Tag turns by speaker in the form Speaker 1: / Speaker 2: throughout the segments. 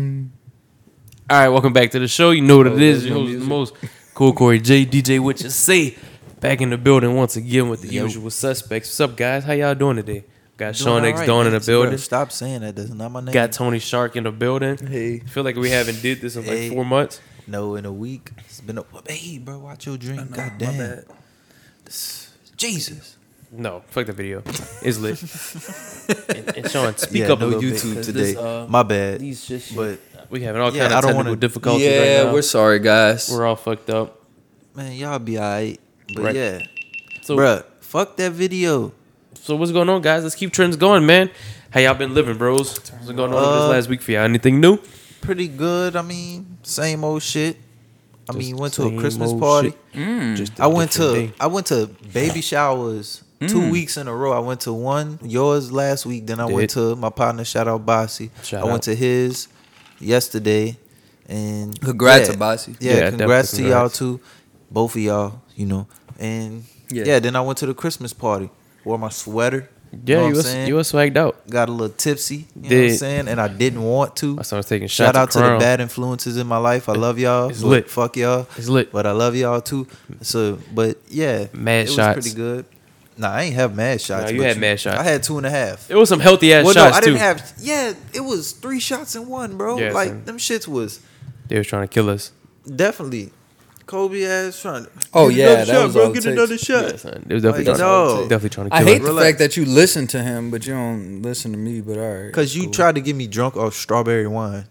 Speaker 1: All right, welcome back to the show. You know what it is. You know the most cool Corey J, DJ What You Say, back in the building once again with the usual suspects. What's up, guys? How y'all doing today? Got Sean X Dawn in the building.
Speaker 2: Stop saying that. That's not my name.
Speaker 1: Got Tony Shark in the building.
Speaker 2: Hey.
Speaker 1: feel like we haven't did this in like
Speaker 2: Hey.
Speaker 1: four months.
Speaker 2: no in a week. It's been a hey, bro. Watch your drink. God damn. This- Jesus.
Speaker 1: No, fuck the video. It's lit. and, and Sean, speak
Speaker 2: yeah,
Speaker 1: up a
Speaker 2: no
Speaker 1: little
Speaker 2: YouTube
Speaker 1: bit, 'cause
Speaker 2: today.
Speaker 1: this, uh,
Speaker 2: my bad.
Speaker 1: these just-
Speaker 2: but
Speaker 1: we having all
Speaker 2: Yeah,
Speaker 1: kind
Speaker 2: I
Speaker 1: of
Speaker 2: don't
Speaker 1: technical
Speaker 2: wanna-
Speaker 1: difficulties
Speaker 3: yeah,
Speaker 1: right now.
Speaker 3: we're sorry, guys.
Speaker 1: We're all fucked up.
Speaker 2: man, y'all be alright. But
Speaker 1: Right.
Speaker 2: yeah,
Speaker 1: So,
Speaker 2: bruh, fuck that video.
Speaker 1: so what's going on, guys? Let's keep trends going, man. How y'all been living, bros? What's been going on over
Speaker 2: Uh,
Speaker 1: this last week for y'all? Anything new?
Speaker 2: Pretty good. I mean, same old shit. I mean,
Speaker 1: Just
Speaker 2: went to a
Speaker 1: same
Speaker 2: Christmas
Speaker 1: old
Speaker 2: party.
Speaker 1: shit. Just a
Speaker 2: Mm. I went to
Speaker 1: different day. Mm.
Speaker 2: I went to baby showers two weeks in a row. I went to one yours last week. Then I
Speaker 1: Did.
Speaker 2: went to my partner. Shout out Bossy.
Speaker 1: Shout
Speaker 2: I went
Speaker 1: out.
Speaker 2: to his yesterday. And
Speaker 3: Congrats
Speaker 2: yeah,
Speaker 3: to Bossy.
Speaker 2: Yeah,
Speaker 1: Yeah, definitely
Speaker 2: congrats to y'all
Speaker 1: congrats.
Speaker 2: too, both of y'all. You know, and yeah.
Speaker 3: Yeah.
Speaker 2: Then I went to the Christmas party. Wore my sweater.
Speaker 1: Yeah,
Speaker 2: you know what
Speaker 1: you
Speaker 2: I'm
Speaker 1: was
Speaker 2: saying?
Speaker 1: you was swagged out.
Speaker 2: got a little tipsy. You know what I'm
Speaker 1: Did.
Speaker 2: saying? And I didn't want to.
Speaker 1: I started taking shots.
Speaker 2: Shout out
Speaker 1: of
Speaker 2: to the
Speaker 1: Crown.
Speaker 2: bad influences in my life. I love y'all.
Speaker 1: It's
Speaker 2: but
Speaker 1: lit.
Speaker 2: Fuck y'all.
Speaker 1: It's lit.
Speaker 2: But I love y'all too. So, but yeah,
Speaker 1: Mad
Speaker 2: it
Speaker 1: shots.
Speaker 2: was pretty good. Nah, I ain't have mad shots.
Speaker 1: Nah, you
Speaker 2: but
Speaker 1: had mad shots.
Speaker 2: I had two and a half.
Speaker 1: It was some healthy ass
Speaker 2: well,
Speaker 1: shots
Speaker 2: no, I
Speaker 1: too.
Speaker 2: didn't have. Yeah, it was three shots in one, bro.
Speaker 1: Yeah,
Speaker 2: like
Speaker 1: son.
Speaker 2: them shits was
Speaker 1: they was trying to kill us.
Speaker 2: definitely Kobe ass trying. to
Speaker 3: Oh,
Speaker 2: get
Speaker 3: yeah,
Speaker 2: another
Speaker 3: that
Speaker 2: shot,
Speaker 3: was
Speaker 2: bro.
Speaker 3: all it
Speaker 2: Get
Speaker 3: takes.
Speaker 2: another shot.
Speaker 1: Yeah, son. They was definitely,
Speaker 2: Like,
Speaker 1: trying,
Speaker 2: dog.
Speaker 1: definitely trying to
Speaker 3: I
Speaker 1: kill
Speaker 3: hate
Speaker 1: us.
Speaker 3: the
Speaker 2: Relax.
Speaker 3: fact that you listen to him, but you don't listen to me. But all right,
Speaker 2: Cause you tried to get me drunk off strawberry wine.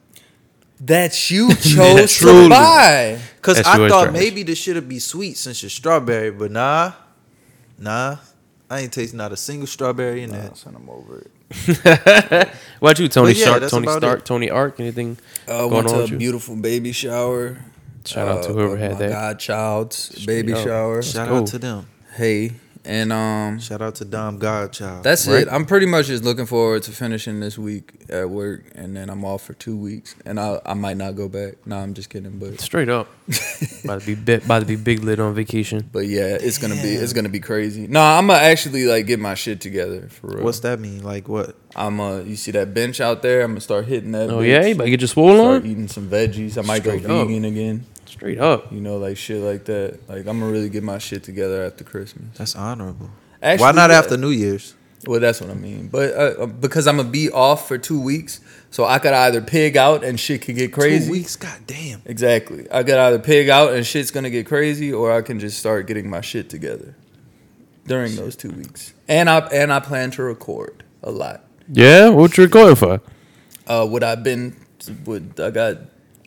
Speaker 3: that you chose
Speaker 1: truly.
Speaker 3: to buy.
Speaker 2: Cause
Speaker 1: That's
Speaker 2: I
Speaker 1: yours,
Speaker 2: thought
Speaker 1: Travis.
Speaker 2: maybe this shit'd be sweet since it's strawberry, but nah, nah. I ain't tasting not a single strawberry in that.
Speaker 3: send him over it.
Speaker 1: Why you, Tony
Speaker 2: But yeah,
Speaker 1: Stark,
Speaker 2: that's
Speaker 1: Tony
Speaker 2: about
Speaker 1: Stark,
Speaker 2: it.
Speaker 1: Tony Ark? Anything
Speaker 3: Uh,
Speaker 1: going
Speaker 3: went
Speaker 1: on
Speaker 3: to a
Speaker 1: with you?
Speaker 3: beautiful baby shower.
Speaker 1: Shout out to
Speaker 2: Oh
Speaker 3: uh,
Speaker 1: whoever
Speaker 3: of
Speaker 1: had
Speaker 3: my
Speaker 1: that.
Speaker 3: Godchild's baby
Speaker 1: out.
Speaker 3: shower.
Speaker 2: Shout
Speaker 1: go.
Speaker 2: out to them.
Speaker 3: Hey, and um,
Speaker 2: Shout out to Dom Godchild.
Speaker 3: that's
Speaker 1: Right.
Speaker 3: it. I'm pretty much just looking forward to finishing this week at work, and then I'm off for two weeks, and I I might not go back. No, I'm just kidding, but
Speaker 1: Straight up, about to be bit, about to be big lit on vacation.
Speaker 3: But yeah, it's gonna be it's gonna be crazy. No, I'm gonna actually like get my shit together for real.
Speaker 2: What's that mean? Like what?
Speaker 3: I'm uh you see that bench out there? I'm gonna start hitting that.
Speaker 1: Oh
Speaker 3: bitch.
Speaker 1: yeah, you about to get your swole
Speaker 3: start
Speaker 1: on?
Speaker 3: eating some veggies. I might
Speaker 1: Straight
Speaker 3: go
Speaker 1: up.
Speaker 3: vegan again.
Speaker 1: Straight up.
Speaker 3: You know, like shit like that. Like I'm gonna really get my shit together after Christmas.
Speaker 2: That's honorable.
Speaker 3: Actually,
Speaker 2: Why not
Speaker 3: yeah.
Speaker 2: after New Year's?
Speaker 3: Well, that's what I mean. But uh, because I'm gonna be off for two weeks, so I could either pig out and shit could get crazy.
Speaker 2: Two weeks. God damn.
Speaker 3: Exactly. I could either pig out and shit's gonna get crazy, or I can just start getting my shit together during those two weeks. And I and I plan to record a lot.
Speaker 1: Yeah, what you recording for?
Speaker 3: Uh, what I've been, what I got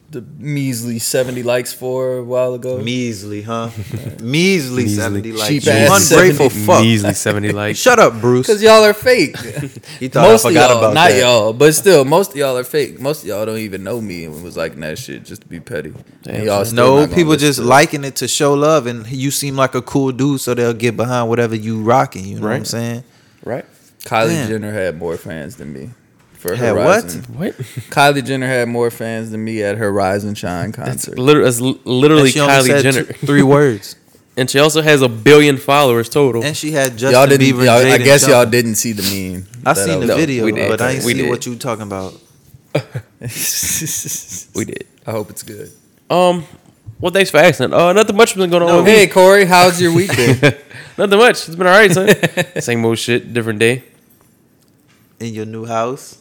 Speaker 3: the measly seventy likes for a while ago.
Speaker 2: Measly, huh? Measly, seventy likes.
Speaker 3: Cheap
Speaker 2: You
Speaker 3: ass
Speaker 2: ungrateful
Speaker 3: 70.
Speaker 2: fuck.
Speaker 1: Measly seventy likes.
Speaker 2: Shut up, Bruce.
Speaker 3: Cause y'all are fake.
Speaker 2: He thought
Speaker 3: most
Speaker 2: I
Speaker 3: of
Speaker 2: forgot
Speaker 3: y'all,
Speaker 2: about
Speaker 3: not
Speaker 2: that.
Speaker 3: y'all, but still, most of y'all are fake. Most of y'all don't even know me and was liking that shit just to be petty.
Speaker 1: Damn,
Speaker 3: And y'all
Speaker 1: son.
Speaker 3: still not
Speaker 2: No,
Speaker 3: gonna
Speaker 2: people
Speaker 3: listen
Speaker 2: just
Speaker 3: to it.
Speaker 2: liking it to show love, and you seem like a cool dude, so they'll get behind whatever you rocking. You know what I'm
Speaker 1: Right.
Speaker 2: saying?
Speaker 1: Right?
Speaker 3: Kylie
Speaker 2: Damn.
Speaker 3: Jenner had more fans than me. For
Speaker 2: Had what?
Speaker 3: Horizon.
Speaker 1: What?
Speaker 3: Kylie Jenner had more fans than me at her Rise and Shine
Speaker 1: That's
Speaker 3: concert.
Speaker 1: literally, that's li- literally
Speaker 2: And she only
Speaker 1: Kylie
Speaker 2: said
Speaker 1: Jenner,
Speaker 2: two- three words,
Speaker 1: and she also has a billion followers total.
Speaker 2: and she had Justin
Speaker 3: y'all didn't.
Speaker 2: Bieber.
Speaker 3: y'all-
Speaker 2: and
Speaker 3: I
Speaker 2: Jaden
Speaker 3: guess y'all
Speaker 2: Johnson.
Speaker 3: didn't see the meme.
Speaker 2: I
Speaker 3: that
Speaker 2: seen the
Speaker 3: was-
Speaker 2: video,
Speaker 1: we did.
Speaker 2: but I ain't
Speaker 1: We
Speaker 2: see
Speaker 1: did.
Speaker 2: what you talking about.
Speaker 1: we did.
Speaker 3: I hope it's good.
Speaker 1: Um, well, thanks for asking. Uh, nothing much been going on. with me.
Speaker 3: Oh, hey Corey, how's your week been?
Speaker 1: Nothing much. It's been all right, son. Same old shit, different day.
Speaker 2: In your new house.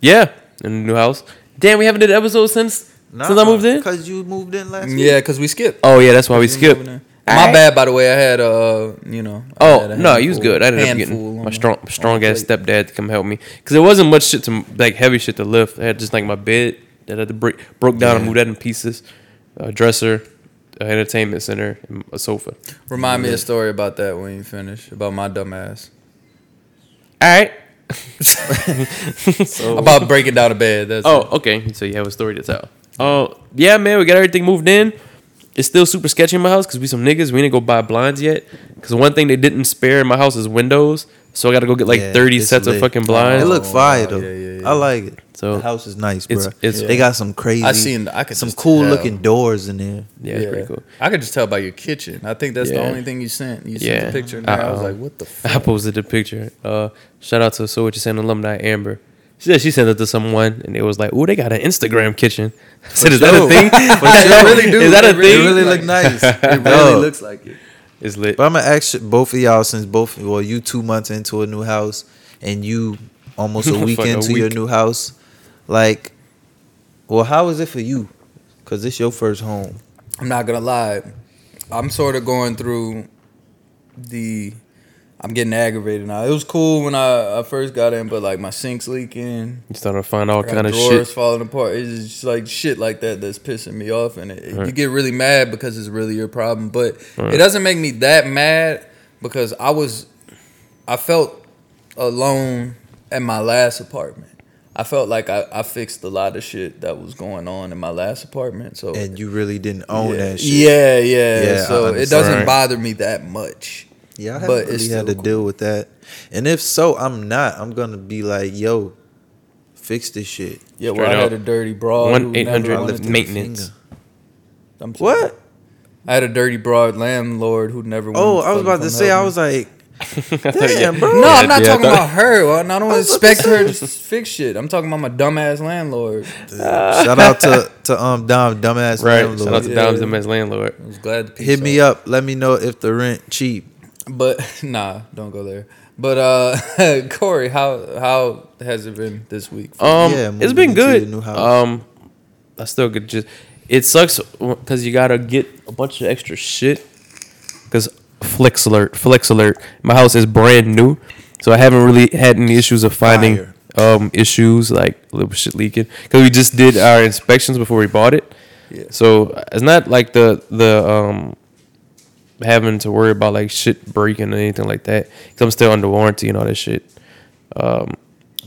Speaker 1: Yeah, in the new house. Damn, we haven't did an episode since since I moved in.
Speaker 2: Because you moved in last week.
Speaker 3: yeah, because we skipped.
Speaker 1: Oh yeah, that's why we skipped.
Speaker 3: My
Speaker 1: Alright.
Speaker 3: bad, by the way. I had uh, you know. I had
Speaker 1: Oh
Speaker 3: a
Speaker 1: no, he was
Speaker 3: handful-
Speaker 1: good. I ended up
Speaker 3: handful
Speaker 1: getting
Speaker 3: on
Speaker 1: my strong strong
Speaker 3: on
Speaker 1: ass
Speaker 3: plate.
Speaker 1: stepdad to come help me because there wasn't much shit to like heavy shit to lift. I had just like my bed that I had to break broke down and
Speaker 2: Yeah.
Speaker 1: moved that in pieces, a dresser, a entertainment center, and a sofa.
Speaker 3: Remind me a story about that when you finish about my dumb ass.
Speaker 1: All right.
Speaker 3: About breaking down a bed. That's
Speaker 1: Oh, okay. So you have a story to tell. Oh, yeah, man. We got everything moved in. It's still super sketchy in my house because we some niggas. We didn't go buy blinds yet. Because one thing they didn't spare in my house is windows. So I got to go get like
Speaker 2: Yeah,
Speaker 1: 30
Speaker 2: it's
Speaker 1: sets of
Speaker 2: lit.
Speaker 1: fucking
Speaker 2: It
Speaker 1: blinds.
Speaker 2: look
Speaker 3: Oh,
Speaker 2: fire
Speaker 3: wow.
Speaker 2: though.
Speaker 3: Yeah, yeah, yeah.
Speaker 2: I like it.
Speaker 1: So-
Speaker 2: the house is nice, bro.
Speaker 1: It's- it's-
Speaker 2: they got some crazy.
Speaker 3: I seen- I could
Speaker 2: some
Speaker 3: just
Speaker 2: cool
Speaker 3: tell.
Speaker 2: looking doors in there.
Speaker 1: yeah, it's pretty cool.
Speaker 3: I could just tell by your kitchen. I think that's the
Speaker 1: Yeah.
Speaker 3: only thing you sent. You sent
Speaker 1: Yeah.
Speaker 3: the picture, and there. I was
Speaker 1: Uh-oh.
Speaker 3: like, "What the
Speaker 1: I
Speaker 3: fuck?"
Speaker 1: posted the picture. Uh, shout out to So What You Saying alumni Amber. She said she sent it to someone and it was like, "Oh, they got an Instagram kitchen." I said, "Is that a
Speaker 2: sure.
Speaker 1: thing?
Speaker 2: sure.
Speaker 3: Really do.
Speaker 1: Is that a
Speaker 3: It really-
Speaker 2: It
Speaker 1: thing?
Speaker 2: really look nice. It really
Speaker 1: Oh.
Speaker 3: looks like it.
Speaker 1: it's lit."
Speaker 2: But I'm gonna ask you- both of y'all since both well you two months into a new house and you almost a
Speaker 1: Fuck,
Speaker 2: week
Speaker 1: a
Speaker 2: into your
Speaker 1: week.
Speaker 2: new house, like, well, how is it for you? Cause it's your first home.
Speaker 3: I'm not gonna lie. I'm sort of going through the. I'm getting aggravated now. It was cool when I, I first got in, but like my sinks leaking,
Speaker 1: You starting to find all
Speaker 3: I got
Speaker 1: kind of shit.
Speaker 3: drawers falling apart. It's just like shit like that that's pissing me off, and it,
Speaker 1: Right.
Speaker 3: you get really mad because it's really your problem. But
Speaker 1: Right.
Speaker 3: it doesn't make me that mad because I was, I felt alone at my last apartment. I felt like I, I fixed a lot of shit that was going on in my last apartment. So
Speaker 2: And you really didn't own
Speaker 3: Oh, yeah.
Speaker 2: that shit.
Speaker 3: Yeah, yeah.
Speaker 2: Yeah, I
Speaker 3: so it
Speaker 2: understand.
Speaker 3: doesn't
Speaker 1: Right.
Speaker 3: bother me that much.
Speaker 2: Yeah, I
Speaker 3: But
Speaker 2: haven't
Speaker 3: it's
Speaker 2: really had
Speaker 3: still
Speaker 2: to
Speaker 3: cool.
Speaker 2: deal with that. And if so, I'm not. I'm gonna be like, yo, fix this shit.
Speaker 3: Yeah, well, I
Speaker 1: Straight up.
Speaker 3: had a dirty broad. who
Speaker 1: One eight
Speaker 3: never
Speaker 1: hundred
Speaker 3: wanted to-
Speaker 2: ma-
Speaker 1: maintenance.
Speaker 3: I'm sorry.
Speaker 2: What?
Speaker 3: I had a dirty broad landlord who never.
Speaker 2: Oh,
Speaker 3: wanted
Speaker 2: I was about to
Speaker 3: fucking
Speaker 2: say.
Speaker 3: help
Speaker 2: I
Speaker 3: me.
Speaker 2: was like,
Speaker 1: I thought you-
Speaker 2: Damn, bro.
Speaker 3: No, I'm not
Speaker 1: yeah, I
Speaker 3: talking
Speaker 1: thought-
Speaker 3: about her. Well, I don't
Speaker 2: I was about to
Speaker 3: expect her to s- fix shit. I'm talking about my dumbass landlord.
Speaker 2: shout out to to um Dom dumbass
Speaker 1: Right.
Speaker 2: landlord.
Speaker 1: Shout out to
Speaker 3: Yeah.
Speaker 1: Dom's and landlord.
Speaker 3: I was glad to
Speaker 2: Hit me up. Let me know if the rent cheap.
Speaker 3: But nah, don't go there. But uh, Corey, how how has it been this week?
Speaker 1: Um,
Speaker 2: Yeah,
Speaker 1: it's
Speaker 2: moving
Speaker 1: been
Speaker 2: into
Speaker 1: good.
Speaker 2: your new house.
Speaker 1: Um, I still could just. It sucks because you gotta get a bunch of extra shit. Because flex alert, flex alert. My house is brand new, so I haven't really had any issues of finding
Speaker 2: Fire.
Speaker 1: um issues like little shit leaking. Because we just did our inspections before we bought it.
Speaker 3: Yeah.
Speaker 1: So it's not like the the um having to worry about like shit breaking or anything like that. Because I'm still under warranty and all that shit. Um,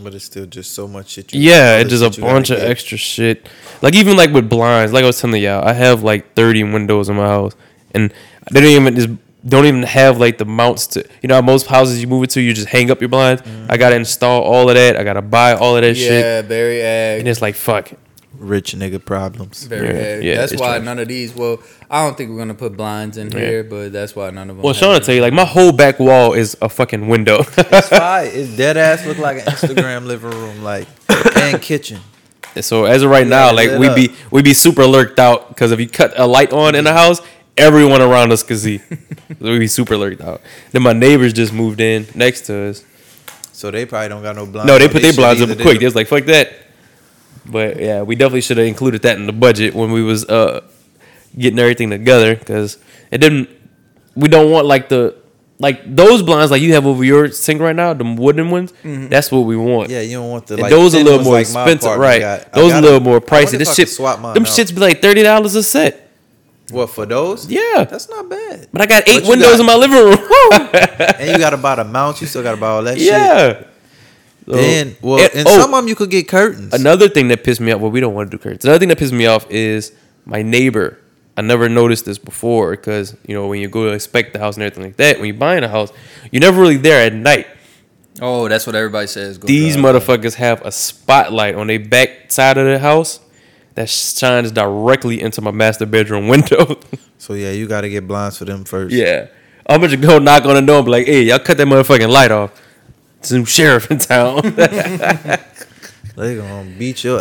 Speaker 2: But it's still just so much shit.
Speaker 1: Yeah, it's just a bunch of extra shit. Like even like with blinds, like I was telling y'all, I have like thirty windows in my house, and they don't even just don't even have like the mounts to. You know, how most houses you move into, you just hang up your blinds.
Speaker 2: Mm-hmm.
Speaker 1: I gotta install all of that. I gotta buy all of that shit,
Speaker 3: yeah, very ag.
Speaker 1: and it's like fuck.
Speaker 2: Oh,
Speaker 1: it.
Speaker 2: rich nigga problems.
Speaker 3: Very
Speaker 1: Yeah,
Speaker 3: heavy.
Speaker 1: yeah,
Speaker 3: that's
Speaker 1: it's
Speaker 3: why
Speaker 1: trash.
Speaker 3: none of these. Well, I don't think we're gonna put blinds in here, but that's why none of them.
Speaker 1: Well,
Speaker 3: have
Speaker 1: Sean will
Speaker 3: them.
Speaker 1: tell you, like my whole back wall is a fucking window.
Speaker 2: It's fine. It's dead ass look like an Instagram living room, like and kitchen.
Speaker 1: so as of right now,
Speaker 2: Yeah,
Speaker 1: like
Speaker 2: lit
Speaker 1: we
Speaker 2: up.
Speaker 1: be we be super lurked out because if you cut a light on in the house, everyone around us can see. So we be super lurked out. Then my neighbors just moved in next to us.
Speaker 2: So they probably don't got no blinds.
Speaker 1: No, they
Speaker 2: on.
Speaker 1: put their
Speaker 2: Uh, should
Speaker 1: blinds up
Speaker 2: either-
Speaker 1: quick. They was like, "Fuck that." But yeah, we definitely should have included that in the budget when we was uh getting everything together because it didn't. We don't want like the like those blinds like you have over your sink right now, the wooden ones. That's what we want.
Speaker 2: Mm-hmm. Yeah, you don't want the
Speaker 1: And
Speaker 2: like.
Speaker 1: those a
Speaker 2: thin
Speaker 1: little
Speaker 2: ones
Speaker 1: more
Speaker 2: like my
Speaker 1: expensive,
Speaker 2: apartment
Speaker 1: right?
Speaker 2: got. I
Speaker 1: those a
Speaker 2: gotta-
Speaker 1: little more
Speaker 2: I wonder
Speaker 1: pricey.
Speaker 2: if I
Speaker 1: This
Speaker 2: could
Speaker 1: shit,
Speaker 2: swap mine
Speaker 1: them
Speaker 2: out.
Speaker 1: shits be like thirty dollars a set.
Speaker 2: What for those?
Speaker 1: Yeah,
Speaker 2: that's not bad.
Speaker 1: but I got eight
Speaker 2: you
Speaker 1: windows
Speaker 2: got-
Speaker 1: in my living room.
Speaker 2: And you gotta buy the mounts. You still gotta buy all that shit.
Speaker 1: yeah. So-
Speaker 2: Then, well,
Speaker 1: And-
Speaker 2: and,
Speaker 1: oh,
Speaker 2: some of them you could get curtains.
Speaker 1: Another thing that pissed me off, well, we don't want to do curtains. Another thing that pissed me off is my neighbor. I never noticed this before because, you know, when you go to inspect the house and everything like that, when you're buying a house, you're never really there at night.
Speaker 3: Oh, that's what everybody says. Go
Speaker 1: These
Speaker 3: drive.
Speaker 1: motherfuckers have a spotlight on their back side of the house that shines directly into my master bedroom window.
Speaker 2: So yeah, you gotta get blinds for them first.
Speaker 1: yeah. I'm gonna go knock on the door and be like, hey, y'all cut that motherfucking light off. It's a new sheriff in town.
Speaker 2: They gonna beat your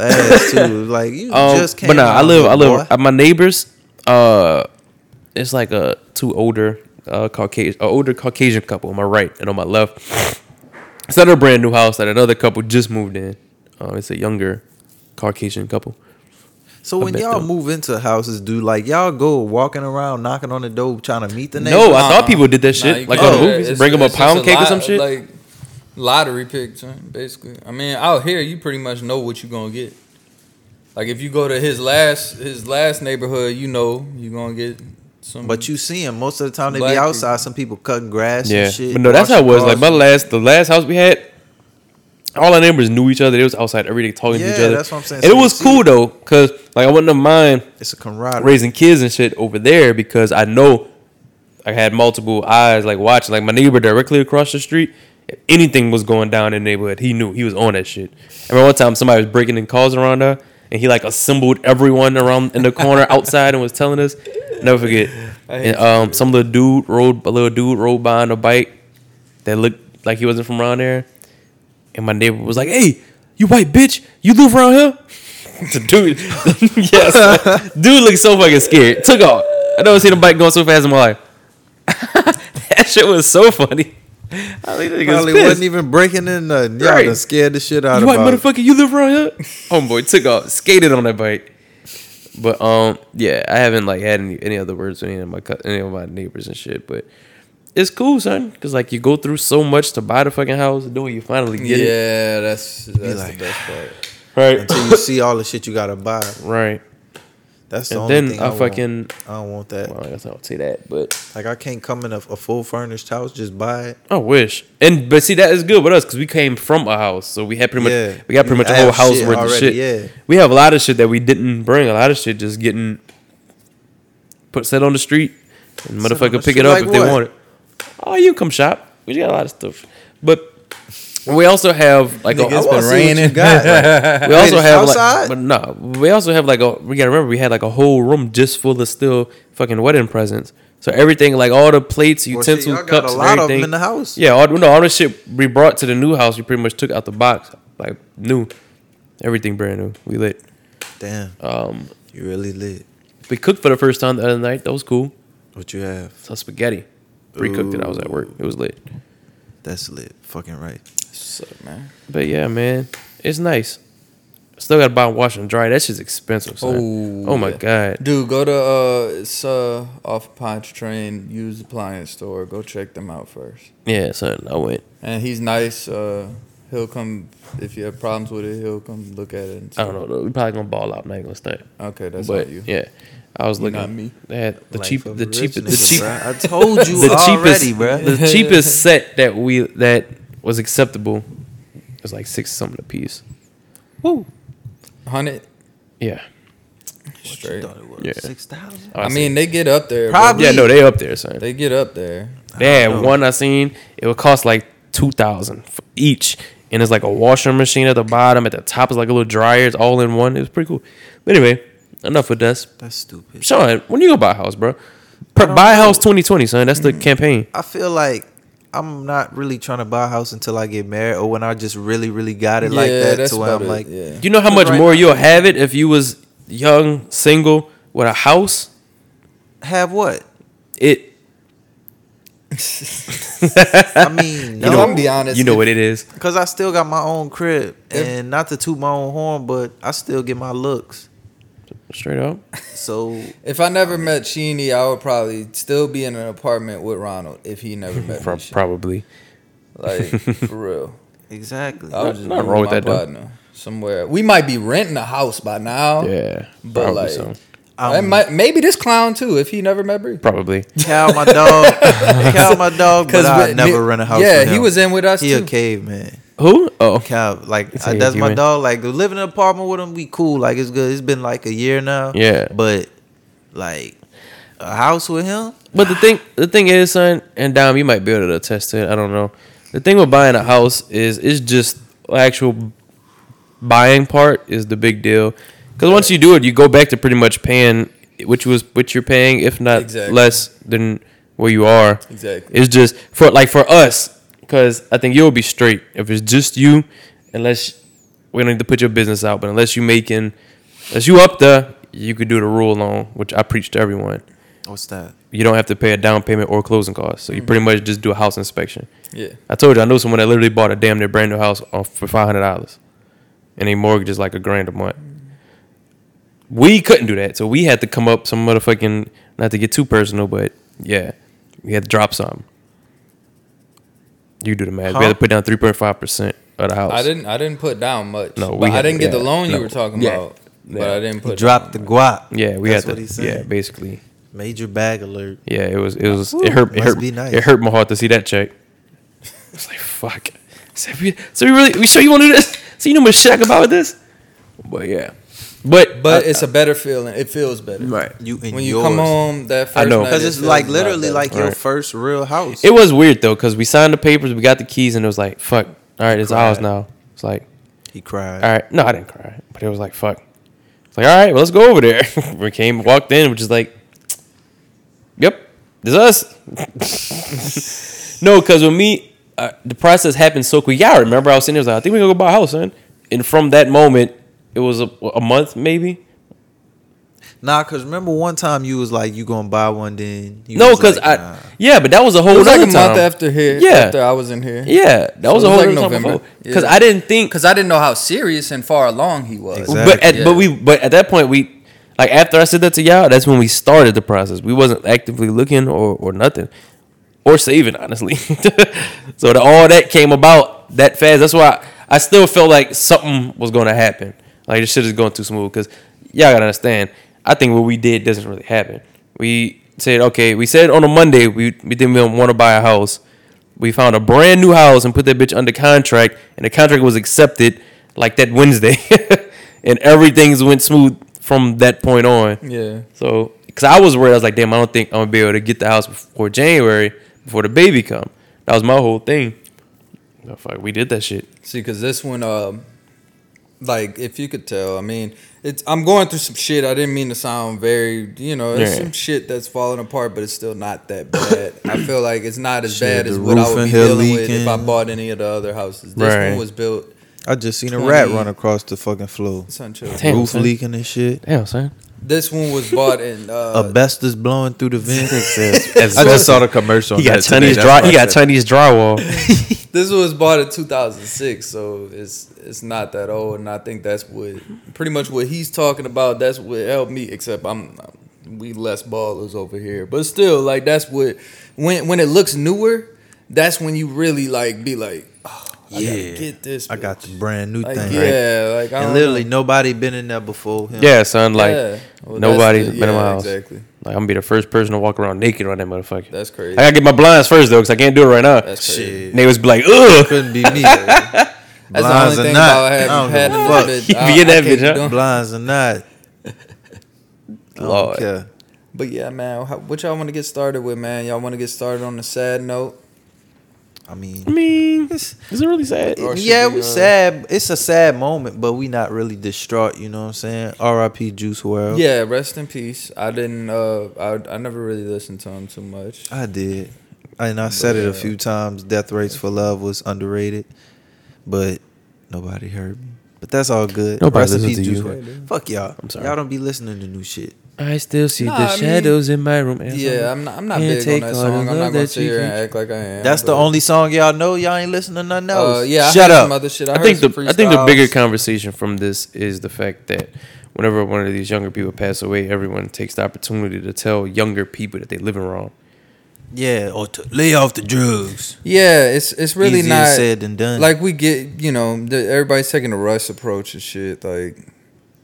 Speaker 2: ass too. Like you
Speaker 1: Um,
Speaker 2: just can't.
Speaker 1: but nah, I live, I live. uh, My neighbors, uh, it's like uh two older uh Caucasian, uh, older Caucasian couple on my right and on my left. It's not a brand new house that another couple just moved in. Uh, it's a younger Caucasian couple.
Speaker 2: So when
Speaker 1: I bet
Speaker 2: y'all
Speaker 1: though.
Speaker 2: move into houses, dude, like y'all go walking around knocking on the door trying to meet the neighbor.
Speaker 1: No, I thought
Speaker 3: Uh-uh.
Speaker 1: people did that
Speaker 3: Nah,
Speaker 1: shit,
Speaker 3: you
Speaker 1: like
Speaker 3: can't
Speaker 1: on
Speaker 3: do that.
Speaker 1: movies.
Speaker 3: It's-
Speaker 1: Bring them a
Speaker 3: it's just
Speaker 1: pound cake or
Speaker 3: lot-
Speaker 1: some shit.
Speaker 3: Like lottery picks, huh, basically. I mean, out here you pretty much know what you're gonna get. Like if you go to his last his last neighborhood, you know you're gonna get some.
Speaker 2: but you see them most of the time. They
Speaker 3: Black
Speaker 2: be outside. Some people cutting grass.
Speaker 1: yeah,
Speaker 2: and shit.
Speaker 1: but no, that's how it
Speaker 2: washing
Speaker 1: was. Like
Speaker 2: cars.
Speaker 1: my last, the last house we had, all our neighbors knew each other. They was outside every day talking to
Speaker 2: Yeah,
Speaker 1: each other.
Speaker 2: that's what I'm saying.
Speaker 1: And
Speaker 2: So
Speaker 1: it
Speaker 2: you
Speaker 1: was
Speaker 2: see
Speaker 1: cool though, cause like I wouldn't have mind
Speaker 2: it's a camaraderie.
Speaker 1: raising kids and shit over there because I know I had multiple eyes like watching. Like my neighbor directly across the street, If anything was going down in the neighborhood, he knew he was on that shit. I remember one time somebody was breaking in cars around her, and he like assembled everyone around in the corner outside and was telling us. Never forget. And um, some little dude rode a little dude rode by on a bike that looked like he wasn't from around there, and my neighbor was like, "Hey, you white bitch, you live around here?" The dude, yes, dude looked so fucking scared. Took off. I never seen a bike going so fast in my life. that shit was so funny. I think they
Speaker 2: Probably wasn't even breaking in nothing. Y'all
Speaker 1: Right.
Speaker 2: done scared the shit out
Speaker 1: you
Speaker 2: of
Speaker 1: white
Speaker 2: about it.
Speaker 1: motherfucker, you live around here? Homeboy took off, skated on that bike. But um, yeah, I haven't like had any, any other words with any of my cou- any of my neighbors and shit. But it's cool, son, because like you go through so much to buy the fucking house, and then when you finally get it,
Speaker 3: Yeah, that's that's
Speaker 2: like,
Speaker 3: the best part.
Speaker 1: right,
Speaker 2: Until you see all the shit you gotta buy.
Speaker 1: right.
Speaker 2: That's the
Speaker 1: And
Speaker 2: only
Speaker 1: then
Speaker 2: thing
Speaker 1: I,
Speaker 2: I, want.
Speaker 1: fucking
Speaker 2: I don't want that.
Speaker 1: well, I guess I don't say that, but
Speaker 2: Like I can't come in a, a full furnished house, just buy it.
Speaker 1: I wish. And but see, that is good with us because we came from a house, so we had pretty much
Speaker 2: Yeah.
Speaker 1: we got pretty
Speaker 2: You
Speaker 1: much a
Speaker 2: have
Speaker 1: whole house
Speaker 2: shit
Speaker 1: worth of
Speaker 2: already,
Speaker 1: shit.
Speaker 2: yeah.
Speaker 1: we have a lot of shit that we didn't bring. A lot of shit just getting put set on the street, and
Speaker 2: Set on the
Speaker 1: motherfucker pick
Speaker 2: street
Speaker 1: it up
Speaker 2: like
Speaker 1: if they
Speaker 2: what?
Speaker 1: want it. Oh, you can come shop. We got a lot of stuff, but we also have like oh, a,
Speaker 3: Nigga, it's
Speaker 2: I
Speaker 3: been
Speaker 2: wanna see what you
Speaker 3: raining.
Speaker 2: got,
Speaker 1: we also
Speaker 2: it's
Speaker 1: have
Speaker 2: outside?
Speaker 1: like but no, we also have like a we gotta remember we had like a whole room just full of still fucking wedding presents. So everything like all the plates,
Speaker 2: Well,
Speaker 1: utensils,
Speaker 2: shit, y'all got
Speaker 1: cups,
Speaker 2: a
Speaker 1: and
Speaker 2: lot of 'em
Speaker 1: everything.
Speaker 2: in the house.
Speaker 1: Yeah, all, no, all the shit we brought to the new house, we pretty much took out the box like new, everything brand new. We lit.
Speaker 2: Damn,
Speaker 1: Um,
Speaker 2: you really lit.
Speaker 1: we cooked for the first time the other night. That was cool.
Speaker 2: What you have?
Speaker 1: Some spaghetti. Pre-cooked it. I was at work. It was lit.
Speaker 2: That's lit. Fucking right.
Speaker 3: So, man.
Speaker 1: But yeah, man, it's nice. Still got to buy wash and dry. That shit's expensive. Son.
Speaker 3: Oh,
Speaker 1: oh my
Speaker 3: yeah.
Speaker 1: god.
Speaker 3: Dude, go to uh it's uh off Podge Train used appliance store. Go check them out first.
Speaker 1: Yeah, son. I went.
Speaker 3: And he's nice. Uh he'll come if you have problems with it, he'll come look at it and
Speaker 1: I don't know though. We probably gonna ball out. I'm not gonna stunt.
Speaker 3: Okay, that's
Speaker 1: Oh, but
Speaker 3: not you.
Speaker 1: yeah, I was
Speaker 3: You
Speaker 1: looking.
Speaker 3: not me.
Speaker 1: They had the
Speaker 2: Life
Speaker 1: cheap,
Speaker 2: of
Speaker 1: the
Speaker 2: a
Speaker 1: cheap,
Speaker 2: rich
Speaker 1: the
Speaker 2: nigga,
Speaker 1: cheap,
Speaker 2: bruh. I told you
Speaker 1: the
Speaker 2: already,
Speaker 1: cheapest,
Speaker 2: bruh.
Speaker 1: the cheapest set that we that was acceptable was like six something a piece. Woo.
Speaker 3: Hundred
Speaker 1: Yeah.
Speaker 3: straight.
Speaker 1: Yeah.
Speaker 2: Six thousand.
Speaker 3: I mean they get up there. bro.
Speaker 2: Probably.
Speaker 1: Oh, yeah, no, they up there, son.
Speaker 3: They get up there.
Speaker 1: They had one I seen. It would cost like two thousand for each, and it's like a washing machine at the bottom. At the top is like a little dryer. It's all in one. It was pretty cool. But anyway, enough with us.
Speaker 2: That's stupid.
Speaker 1: Sean, when you go buy a house, bro? Per, buy a house twenty twenty, son. That's the campaign.
Speaker 2: I feel like I'm not really trying to buy a house until I get married or when I just really, really got it like
Speaker 3: yeah,
Speaker 2: that.
Speaker 3: that's
Speaker 2: To where
Speaker 3: about
Speaker 2: I'm
Speaker 3: it,
Speaker 2: like,
Speaker 3: yeah.
Speaker 1: You know how
Speaker 2: Cause
Speaker 1: much
Speaker 2: right
Speaker 1: more
Speaker 2: now-
Speaker 1: you'll have it if you was young, single, with a house.
Speaker 2: have what?
Speaker 1: It.
Speaker 2: I mean, no.
Speaker 3: You know, I'm be honest.
Speaker 1: You know what it is.
Speaker 2: Cause I still got my own crib, and not to toot my own horn, but I still get my looks.
Speaker 1: Straight up.
Speaker 2: So
Speaker 3: If I never met Sheeny, I would probably still be in an apartment with Ronald if he never met
Speaker 1: Pro-
Speaker 3: me.
Speaker 1: probably.
Speaker 3: Like for real.
Speaker 2: exactly,
Speaker 3: I
Speaker 1: Not-
Speaker 3: was just
Speaker 1: not
Speaker 3: be
Speaker 1: wrong with
Speaker 3: with my
Speaker 1: that, though.
Speaker 3: partner somewhere. We might be renting a house by now.
Speaker 1: Yeah.
Speaker 3: But,
Speaker 1: probably
Speaker 3: like-
Speaker 1: so.
Speaker 3: I
Speaker 2: I'm-
Speaker 3: might, maybe this clown too, if he never met Bree.
Speaker 1: Probably.
Speaker 2: cow my dog, cow my dog, but I
Speaker 3: we-
Speaker 2: never
Speaker 3: me-
Speaker 2: run a house.
Speaker 3: Yeah,
Speaker 2: with
Speaker 3: he
Speaker 2: him.
Speaker 3: was in with us
Speaker 2: He a
Speaker 3: too.
Speaker 2: caveman.
Speaker 1: Who? Oh.
Speaker 2: Cow, like
Speaker 1: It's
Speaker 2: I,
Speaker 1: a
Speaker 2: that's my
Speaker 1: human.
Speaker 2: dog. Like living in an apartment with him, we cool. Like it's good. It's been like a year now.
Speaker 1: Yeah.
Speaker 2: but like a house with him,
Speaker 1: But the thing, the thing is, son, and Dom, you might be able to attest to it. I don't know. The thing with buying a house is it's just actual buying part is the big deal. Because once you do it, you go back to pretty much paying which was what you're paying, if not
Speaker 3: Exactly.
Speaker 1: less than where you are.
Speaker 3: Exactly.
Speaker 1: It's just for like for us, because I think you'll be straight if it's just you, unless we don't need to put your business out. But unless you making, unless you up there, you could do the rule on which I preach to everyone
Speaker 2: what's that?
Speaker 1: you don't have to pay a down payment or closing costs. So
Speaker 2: Mm-hmm.
Speaker 1: you pretty much just do a house inspection.
Speaker 3: Yeah,
Speaker 1: I told you, I know someone that literally bought a damn near brand new house on- for five hundred dollars, and they mortgage is like a grand a month.
Speaker 2: Mm-hmm.
Speaker 1: We couldn't do that, so we had to come up some motherfucking. Not to get too personal, but yeah, we had to drop something. You do the math. We had
Speaker 2: Huh?
Speaker 1: to put down three point five percent of the house.
Speaker 3: I didn't. I didn't put down much.
Speaker 1: No,
Speaker 3: No,
Speaker 1: we
Speaker 3: but I
Speaker 1: had-
Speaker 3: didn't get the
Speaker 1: yeah,
Speaker 3: loan
Speaker 1: no.
Speaker 3: you were talking
Speaker 1: Yeah.
Speaker 3: about. But
Speaker 1: Yeah.
Speaker 3: I didn't put.
Speaker 2: Drop the guap.
Speaker 1: Yeah, we
Speaker 2: That's
Speaker 1: had
Speaker 2: what
Speaker 1: to.
Speaker 2: he's
Speaker 1: yeah,
Speaker 2: saying.
Speaker 1: basically.
Speaker 2: Major bag alert.
Speaker 1: Yeah, it was. It was. it hurt. It
Speaker 2: must
Speaker 1: hurt.
Speaker 2: be nice.
Speaker 1: It hurt my heart to see that check. It's like fuck. So we, so we really. We sure you want to do this? So you know how much shit I can buy with this? But yeah, But
Speaker 3: But
Speaker 1: I-
Speaker 3: it's a better feeling. It feels better.
Speaker 1: right.
Speaker 2: You and
Speaker 3: When you come home that first
Speaker 1: I know.
Speaker 3: night,
Speaker 2: because
Speaker 3: it
Speaker 2: it's
Speaker 3: feels
Speaker 2: like
Speaker 3: a lot
Speaker 2: literally
Speaker 3: better.
Speaker 2: like your
Speaker 1: Right.
Speaker 2: first real house.
Speaker 1: It was weird though, because we signed the papers, we got the keys, and it was like, fuck. All right, it's ours
Speaker 3: Cried.
Speaker 1: now. It's like,
Speaker 2: he cried.
Speaker 1: all right. No, I didn't cry, but it was like, fuck. It's like, all right, well, let's go over there. we came, walked in, which is like, yep, this us. no, because with me, uh, the process happened so quick. Yeah, I remember I was sitting there, I was like, I think we're gonna go buy a house, son. And from that moment, it was a, a month maybe.
Speaker 2: Nah, cause remember one time you was like you gonna buy one, then you
Speaker 1: no,
Speaker 2: was
Speaker 1: because
Speaker 2: like,
Speaker 1: I,
Speaker 2: nah.
Speaker 1: yeah, but that was a whole
Speaker 3: It was like a
Speaker 1: nother
Speaker 3: month
Speaker 1: time.
Speaker 3: after here.
Speaker 1: Yeah.
Speaker 3: After I was in here.
Speaker 1: Yeah, that was,
Speaker 3: So
Speaker 1: a
Speaker 3: it
Speaker 1: whole
Speaker 3: was
Speaker 1: like
Speaker 3: like
Speaker 1: November.
Speaker 3: November.
Speaker 1: Because
Speaker 3: Yeah.
Speaker 1: I didn't think
Speaker 3: Because I didn't know how serious and far along he was.
Speaker 2: Exactly.
Speaker 1: But at, but
Speaker 3: Yeah.
Speaker 1: we but at that point we like after I said that to y'all, that's when we started the process. We wasn't actively looking or or nothing or saving honestly. so the, all that came about that fast. That's why I, I still felt like something was going to happen. Like this shit is going too smooth because y'all gotta understand. I think what we did doesn't really happen. We said okay. We said on a Monday we we didn't want to buy a house. We found a brand new house and put that bitch under contract, and the contract was accepted like that Wednesday, and everything's went smooth from that point on.
Speaker 3: Yeah.
Speaker 1: So, because I was worried, I was like, damn, I don't think I'm gonna be able to get the house before January, before the baby come. That was my whole thing. Oh, fuck, we did that shit.
Speaker 3: See, because this one, um, like, if you could tell, I mean, it's I'm going through some shit. I didn't mean to sound very, you know, there's
Speaker 1: Yeah.
Speaker 3: some shit that's falling apart, but it's still not that bad. I feel like it's not as
Speaker 2: Shit,
Speaker 3: bad as
Speaker 2: the
Speaker 3: what I
Speaker 2: roof
Speaker 3: would
Speaker 2: in
Speaker 3: be
Speaker 2: here
Speaker 3: dealing with if I
Speaker 2: leaking.
Speaker 3: bought any of the other houses. This
Speaker 1: Right.
Speaker 3: one was built.
Speaker 2: I just seen a rat
Speaker 3: 20.
Speaker 2: run across the fucking floor.
Speaker 3: it's not chill.
Speaker 1: Damn,
Speaker 2: Roof
Speaker 1: son.
Speaker 2: leaking and shit.
Speaker 1: Damn, son.
Speaker 3: This one was bought in. Uh,
Speaker 2: Asbestos blowing through the vents. I
Speaker 1: I
Speaker 2: just saw the commercial.
Speaker 1: He
Speaker 2: on
Speaker 1: got
Speaker 2: that today.
Speaker 1: Chinese
Speaker 2: That's
Speaker 1: dry.
Speaker 2: why
Speaker 1: He
Speaker 2: I
Speaker 1: got
Speaker 2: said-
Speaker 1: Chinese drywall.
Speaker 3: this one was bought in 2006, so it's it's not that old, and I think that's what pretty much what he's talking about. That's what helped me. Except I'm, we less ballers over here, but still, like that's what when when it looks newer, that's when you really like be like, oh, I
Speaker 2: Yeah.
Speaker 3: gotta get this.
Speaker 2: I got
Speaker 3: bitch.
Speaker 2: the brand new
Speaker 3: Like,
Speaker 2: thing. right?
Speaker 3: yeah, like I
Speaker 2: And
Speaker 3: don't
Speaker 2: literally
Speaker 3: know.
Speaker 2: nobody been in there before him.
Speaker 1: yeah, son. Like
Speaker 3: Yeah. Well, that's
Speaker 1: nobody's
Speaker 3: the-
Speaker 1: been in my
Speaker 3: yeah,
Speaker 1: house.
Speaker 3: Exactly,
Speaker 1: Like I'm gonna be the first person to walk around naked on that motherfucker.
Speaker 3: that's
Speaker 1: I
Speaker 3: crazy.
Speaker 1: gotta get my blinds first though, cause I can't do it right now.
Speaker 3: That's crazy.
Speaker 2: Shit.
Speaker 1: Niggas be like, ugh.
Speaker 2: Couldn't be me. though.
Speaker 3: That's
Speaker 2: Blinds or
Speaker 3: the only thing
Speaker 2: not,
Speaker 3: about
Speaker 2: I don't
Speaker 3: having had
Speaker 2: give a
Speaker 3: another
Speaker 2: fuck.
Speaker 3: bitch.
Speaker 1: You
Speaker 3: I-
Speaker 1: be in
Speaker 3: I
Speaker 1: that bitch,
Speaker 3: can't
Speaker 1: huh?
Speaker 3: do it.
Speaker 2: Blinds or not.
Speaker 1: Lord.
Speaker 2: Lord. Care.
Speaker 3: But yeah, man, how, what y'all want to get started with, man? Y'all want to get started on a sad note?
Speaker 2: I mean,
Speaker 1: I mean, is it really sad?
Speaker 3: Or should
Speaker 2: yeah,
Speaker 3: we,
Speaker 2: we
Speaker 3: uh,
Speaker 2: sad. It's a sad moment, but we not really distraught. You know what I'm saying? R.I.P. Juice World.
Speaker 3: Yeah, rest in peace. I didn't. Uh, I I never really listened to him too much.
Speaker 2: I did, and I said it a
Speaker 3: yeah.
Speaker 2: few times. Death Race for Love was underrated, but nobody heard me. But that's all good.
Speaker 1: Nobody
Speaker 2: Rest in
Speaker 1: listens
Speaker 2: peace,
Speaker 1: to
Speaker 2: Juice
Speaker 1: you.
Speaker 2: WRLD. Fuck y'all.
Speaker 1: I'm sorry.
Speaker 2: Y'all don't be listening to new shit.
Speaker 1: I still see
Speaker 3: Nah,
Speaker 1: the
Speaker 3: I mean-
Speaker 1: shadows in my room. And
Speaker 3: Yeah,
Speaker 1: something.
Speaker 3: I'm not. I'm not
Speaker 1: Can't
Speaker 3: big
Speaker 1: take
Speaker 3: on
Speaker 1: all
Speaker 3: that
Speaker 1: the
Speaker 3: song. I'm
Speaker 1: love
Speaker 3: not gonna
Speaker 1: that
Speaker 3: sit
Speaker 1: you
Speaker 3: here and
Speaker 1: can-
Speaker 3: act like I am.
Speaker 2: That's the
Speaker 3: but-
Speaker 2: only song y'all know. Y'all ain't listening to nothing else.
Speaker 3: Uh, yeah, I
Speaker 2: shut
Speaker 3: heard
Speaker 2: up.
Speaker 3: Some other shit. I,
Speaker 1: I,
Speaker 3: heard
Speaker 1: think
Speaker 3: some
Speaker 1: the I think the bigger
Speaker 3: freestyles.
Speaker 1: conversation from this is the fact that whenever one of these younger people pass away, everyone takes the opportunity to tell younger people that they're living wrong.
Speaker 2: yeah, or to lay off the drugs.
Speaker 3: Yeah, it's it's really
Speaker 2: Easier
Speaker 3: not
Speaker 2: said than done.
Speaker 3: Like we get, you know, the, everybody's taking a rush approach and shit. Like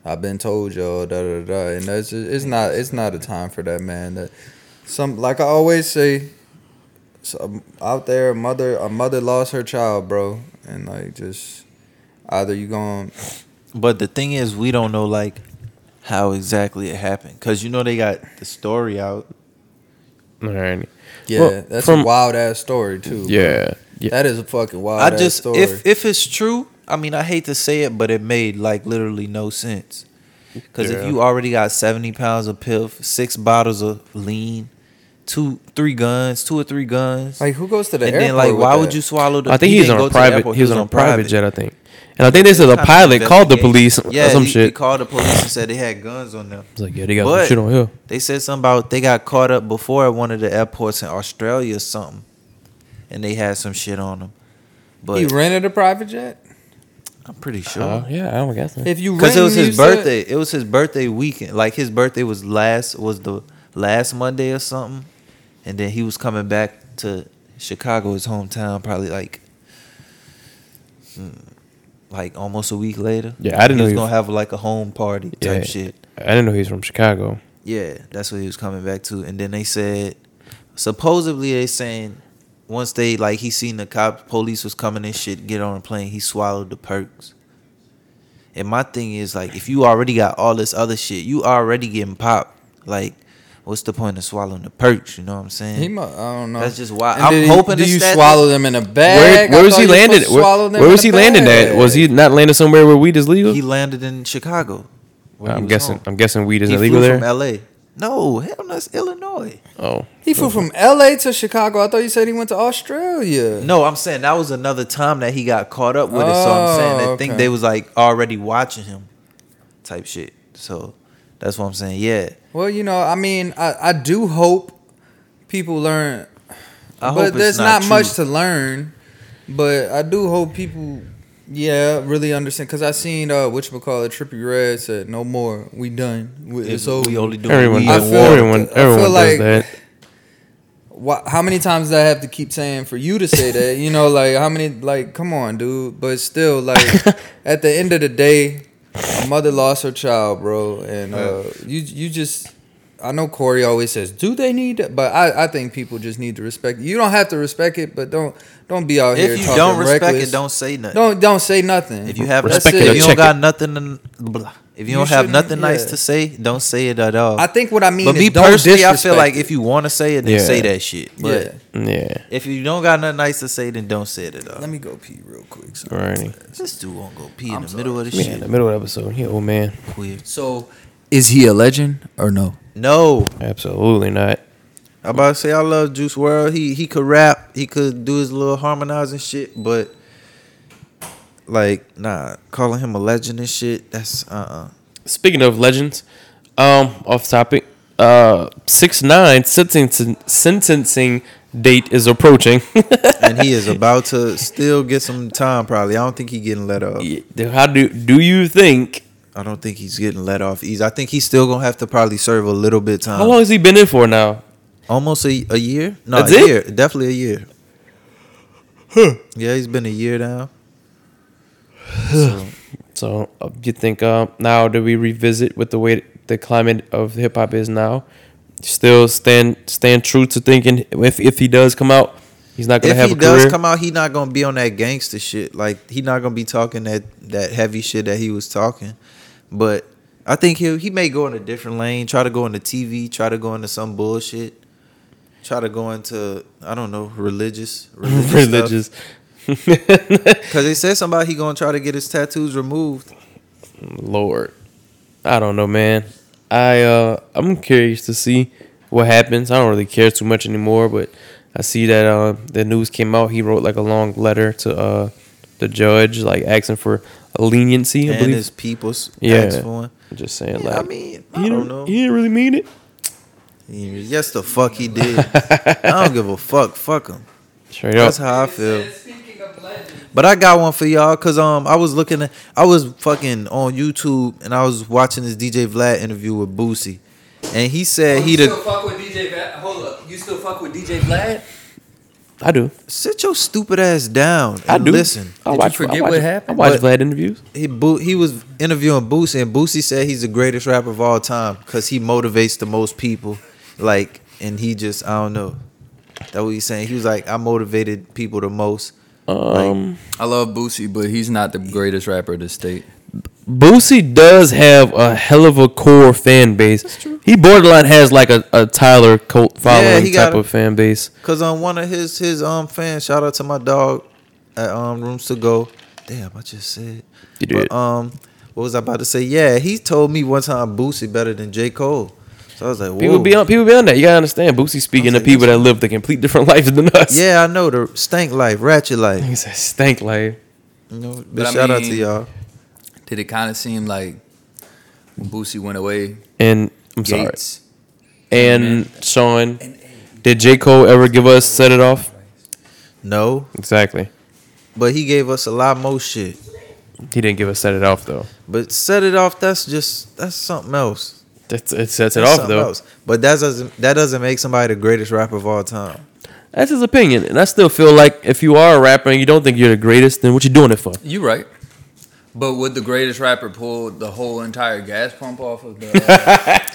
Speaker 3: I've been told y'all, da da da, and that's just, it's not it's not a time for that, man. That some like I always say, some, out there, a mother a mother lost her child, bro, and like just either you going
Speaker 2: But the thing is, we don't know like how exactly it happened because you know they got the story out.
Speaker 1: All right.
Speaker 3: yeah,
Speaker 1: Well,
Speaker 3: that's
Speaker 1: from-
Speaker 3: a wild ass story too.
Speaker 1: Yeah. Yeah.
Speaker 3: that is a fucking wild.
Speaker 2: I just
Speaker 3: story.
Speaker 2: if if it's true, I mean I hate to say it, but it made like literally no sense. Because if
Speaker 1: Yeah.
Speaker 2: you already got seventy pounds of piff, six bottles of lean, two three guns, two or three guns,
Speaker 3: like who goes to the
Speaker 2: and
Speaker 3: airport
Speaker 2: then like
Speaker 3: with
Speaker 2: why
Speaker 3: that?
Speaker 2: would you swallow the?
Speaker 1: I think
Speaker 2: he
Speaker 1: he was on
Speaker 2: didn't go
Speaker 1: a
Speaker 2: to the
Speaker 1: private.
Speaker 2: airport,
Speaker 1: He was on a private jet, I think. And I think they said
Speaker 2: Some
Speaker 1: a
Speaker 2: kind of
Speaker 1: pilot called the police
Speaker 2: investigation.
Speaker 1: or
Speaker 2: Yeah,
Speaker 1: some
Speaker 2: he, He
Speaker 1: shit.
Speaker 2: called the police and said they had guns on them.
Speaker 1: It's like yeah, they got
Speaker 2: But-
Speaker 1: some shit on here.
Speaker 2: They said something about they got caught up before at one of the airports in Australia or something, and they had some shit on them. But
Speaker 3: he rented a private jet?
Speaker 2: I'm pretty sure.
Speaker 1: Oh yeah, I don't guess. that.
Speaker 3: If you
Speaker 2: Because it was
Speaker 3: renting,
Speaker 2: his
Speaker 3: you said-
Speaker 2: birthday. It was his birthday weekend. Like his birthday was last was the last Monday or something, and then he was coming back to Chicago, his hometown, probably like, hmm, like almost a week later.
Speaker 1: Yeah, I didn't
Speaker 2: He
Speaker 1: know
Speaker 2: was
Speaker 1: he-
Speaker 2: gonna have like a home party type
Speaker 1: Yeah.
Speaker 2: shit.
Speaker 1: I didn't know he was from Chicago.
Speaker 2: Yeah, that's what he was coming back to. And then they said, supposedly they saying once they like he seen the cop police was coming and shit, get on a plane, he swallowed the perks. And my thing is like, if you already got all this other shit, you already getting popped. Like, what's the point of swallowing the perch? You know what I'm saying?
Speaker 3: He must, I don't know.
Speaker 2: That's just why
Speaker 3: And
Speaker 2: I'm
Speaker 3: did he-
Speaker 2: hoping
Speaker 3: Do
Speaker 2: it's
Speaker 3: you
Speaker 2: that-
Speaker 3: swallow them in a
Speaker 1: Where,
Speaker 3: bag?
Speaker 1: where
Speaker 3: I
Speaker 1: was
Speaker 3: thought
Speaker 1: he
Speaker 3: you supposed
Speaker 1: landing?
Speaker 3: to
Speaker 1: Where,
Speaker 3: swallow them
Speaker 1: where
Speaker 3: in
Speaker 1: was
Speaker 3: a
Speaker 1: he landing at?
Speaker 3: bag.
Speaker 1: Was he not landing somewhere where weed is legal?
Speaker 2: He landed in Chicago. when he
Speaker 1: I'm
Speaker 2: was
Speaker 1: guessing.
Speaker 2: home.
Speaker 1: I'm guessing weed is
Speaker 2: he
Speaker 1: illegal
Speaker 2: flew
Speaker 1: there.
Speaker 2: from L.A. No, hell no, it's Illinois.
Speaker 1: oh,
Speaker 3: He flew from L.A. to Chicago. I thought you said he went to Australia.
Speaker 2: No, I'm saying that was another time that he got caught up with it. So I'm saying I
Speaker 3: Oh,
Speaker 2: think
Speaker 3: okay.
Speaker 2: they was like already watching him, type shit. So that's what I'm saying. Yeah,
Speaker 3: Well, you know, I mean, I, I do hope people learn,
Speaker 2: I
Speaker 3: but
Speaker 2: hope
Speaker 3: there's
Speaker 2: it's not,
Speaker 3: not, much
Speaker 2: true.
Speaker 3: to learn. But I do hope people, yeah, really understand. Cause I seen uh, which call it Trippy Red said, "No more, we done. We- It's over."
Speaker 2: we only doing
Speaker 1: everyone,
Speaker 2: weed
Speaker 3: I
Speaker 1: does,
Speaker 2: and
Speaker 3: feel-
Speaker 2: water.
Speaker 1: everyone,
Speaker 3: I
Speaker 1: everyone
Speaker 3: feel
Speaker 1: does
Speaker 3: like-
Speaker 1: that.
Speaker 3: Why, how many times do I have to keep saying for you to say that? You know, like how many? Like, come on, dude. But still, like at the end of the day, a mother lost her child, bro, and uh, you you just. I know Corey always says, "Do they need?" That? But I, I think people just need to respect. You don't have to respect it, but don't don't be out here.
Speaker 2: If you
Speaker 3: talking
Speaker 2: don't respect
Speaker 3: reckless.
Speaker 2: it, don't say nothing.
Speaker 3: don't don't say nothing.
Speaker 2: If you have
Speaker 1: Respect
Speaker 2: nothing,
Speaker 1: it or
Speaker 2: if you don't
Speaker 1: check
Speaker 2: got nothing, to- blah. if you,
Speaker 3: You
Speaker 2: don't have
Speaker 3: shouldn't-
Speaker 2: nothing nice
Speaker 3: yeah.
Speaker 2: to say, don't say it at all.
Speaker 3: I think what I mean.
Speaker 2: but
Speaker 3: is
Speaker 2: me
Speaker 3: don't
Speaker 2: personally, I feel
Speaker 3: disrespect
Speaker 2: like
Speaker 3: it.
Speaker 2: if you want to say it, then
Speaker 1: Yeah.
Speaker 2: say that shit. But
Speaker 3: yeah.
Speaker 1: Yeah,
Speaker 2: if you don't got nothing nice to say, then don't say it at all.
Speaker 3: Let me go pee real quick. So.
Speaker 1: alrighty.
Speaker 2: This dude won't go pee in
Speaker 3: I'm
Speaker 2: the middle of the
Speaker 1: Man,
Speaker 2: shit.
Speaker 1: in the middle of the episode, he old man.
Speaker 2: Weird.
Speaker 3: So, is he a legend or no?
Speaker 2: No,
Speaker 1: Absolutely not.
Speaker 2: I'm about to say I love Juice World. He he could rap. He could do his little harmonizing shit, but like nah, calling him a legend and shit. That's uh uh
Speaker 1: Speaking of legends, um, off topic. Uh, six nine sentencing sentencing date is approaching.
Speaker 2: And he is about to still get some time. Probably. I don't think he getting let off.
Speaker 1: How do do you think?
Speaker 2: I don't think he's getting let off easy. I think he's still gonna have to probably serve a little bit time.
Speaker 1: How long has he been in for now?
Speaker 2: Almost a, a year. No,
Speaker 1: That's
Speaker 2: a
Speaker 1: it?
Speaker 2: year. Definitely a year. Yeah, he's been a year now. So,
Speaker 1: So uh, you think uh, now do we revisit with the way the climate of hip hop is now? Still stand stand true to thinking if if he does come out, he's not gonna
Speaker 2: if
Speaker 1: have
Speaker 2: he
Speaker 1: a
Speaker 2: does
Speaker 1: career.
Speaker 2: come out, he not gonna be on that gangster shit. Like he not gonna be talking that that heavy shit that he was talking. But I think he he may go in a different lane. Try to go into TV. Try to go into some bullshit. Try to go into I don't know religious religious.
Speaker 1: Religious,
Speaker 2: religious. Because they said somebody he gonna try to get his tattoos removed.
Speaker 1: Lord, I don't know, man. I uh, I'm curious to see what happens. I don't really care too much anymore, but I see that uh, the news came out. He wrote like a long letter to uh, the judge, like asking for leniency. I
Speaker 2: and
Speaker 1: believe
Speaker 2: his people's
Speaker 1: Yeah.
Speaker 2: yeah. for him.
Speaker 1: Just saying,
Speaker 2: Yeah,
Speaker 1: like,
Speaker 2: I mean, I
Speaker 1: you
Speaker 2: don't
Speaker 1: know,
Speaker 2: know.
Speaker 1: you didn't really mean it.
Speaker 2: Yes, the fuck he did. I don't give a fuck. Fuck him.
Speaker 1: Straight up.
Speaker 2: That's how I feel.
Speaker 3: Speaking of legends,
Speaker 2: But I got one for y'all because um I was looking at I was fucking on YouTube and I was watching this DJ Vlad interview with Boosie, and he said he the
Speaker 3: fuck with DJ. Hold up, you still fuck with DJ Vlad?
Speaker 1: I do.
Speaker 2: sit your stupid ass down and
Speaker 1: I do.
Speaker 2: listen.
Speaker 1: I
Speaker 3: Did you
Speaker 1: watch,
Speaker 3: forget
Speaker 1: I watch,
Speaker 3: what happened?
Speaker 1: I watch
Speaker 2: But-
Speaker 1: Vlad interviews.
Speaker 2: He Bo- he was interviewing Boosie and Boosie said he's the greatest rapper of all time because he motivates the most people, like and he just I don't know. That what he's saying. He was like I motivated people the most.
Speaker 1: Um,
Speaker 3: I love Boosie, but he's not the greatest rapper of the state.
Speaker 1: Boosie does have a hell of a core fan base. He borderline has like a, a Tyler cult following
Speaker 2: he
Speaker 1: type
Speaker 2: got a-
Speaker 1: of fan base.
Speaker 2: Cause um one of his his um fans shout out to my dog at um Rooms to Go. Damn, I just said.
Speaker 1: You did.
Speaker 2: But, um, what was I about to say? Yeah, he told me one time Boosie better than J Cole. So I was like, oh, Whoa.
Speaker 1: people be on people be on that. You gotta understand. Boosie speaking to
Speaker 2: like,
Speaker 1: people that lived a complete different life than us.
Speaker 2: Yeah, I know the stank life, ratchet life.
Speaker 1: He said stank life.
Speaker 2: You know, but
Speaker 3: But I
Speaker 2: shout out
Speaker 3: mean-
Speaker 2: to y'all.
Speaker 3: Did it kind of seem like Boosie went away?
Speaker 1: And I'm sorry.
Speaker 3: Gates.
Speaker 1: And Sean, did J Cole ever give us set it off?
Speaker 2: No,
Speaker 1: Exactly.
Speaker 2: but he gave us a lot more shit.
Speaker 1: He didn't give us set it off though.
Speaker 2: But set it off. That's just that's something else.
Speaker 1: That's it sets it
Speaker 2: That's
Speaker 1: off
Speaker 2: something
Speaker 1: though.
Speaker 2: else. But that doesn't that doesn't make somebody the greatest rapper of all time.
Speaker 1: That's his opinion, and I still feel like if you are a rapper and you don't think you're the greatest, then what you doing it for?
Speaker 3: You right. But would the greatest rapper pull the whole entire gas pump off of the?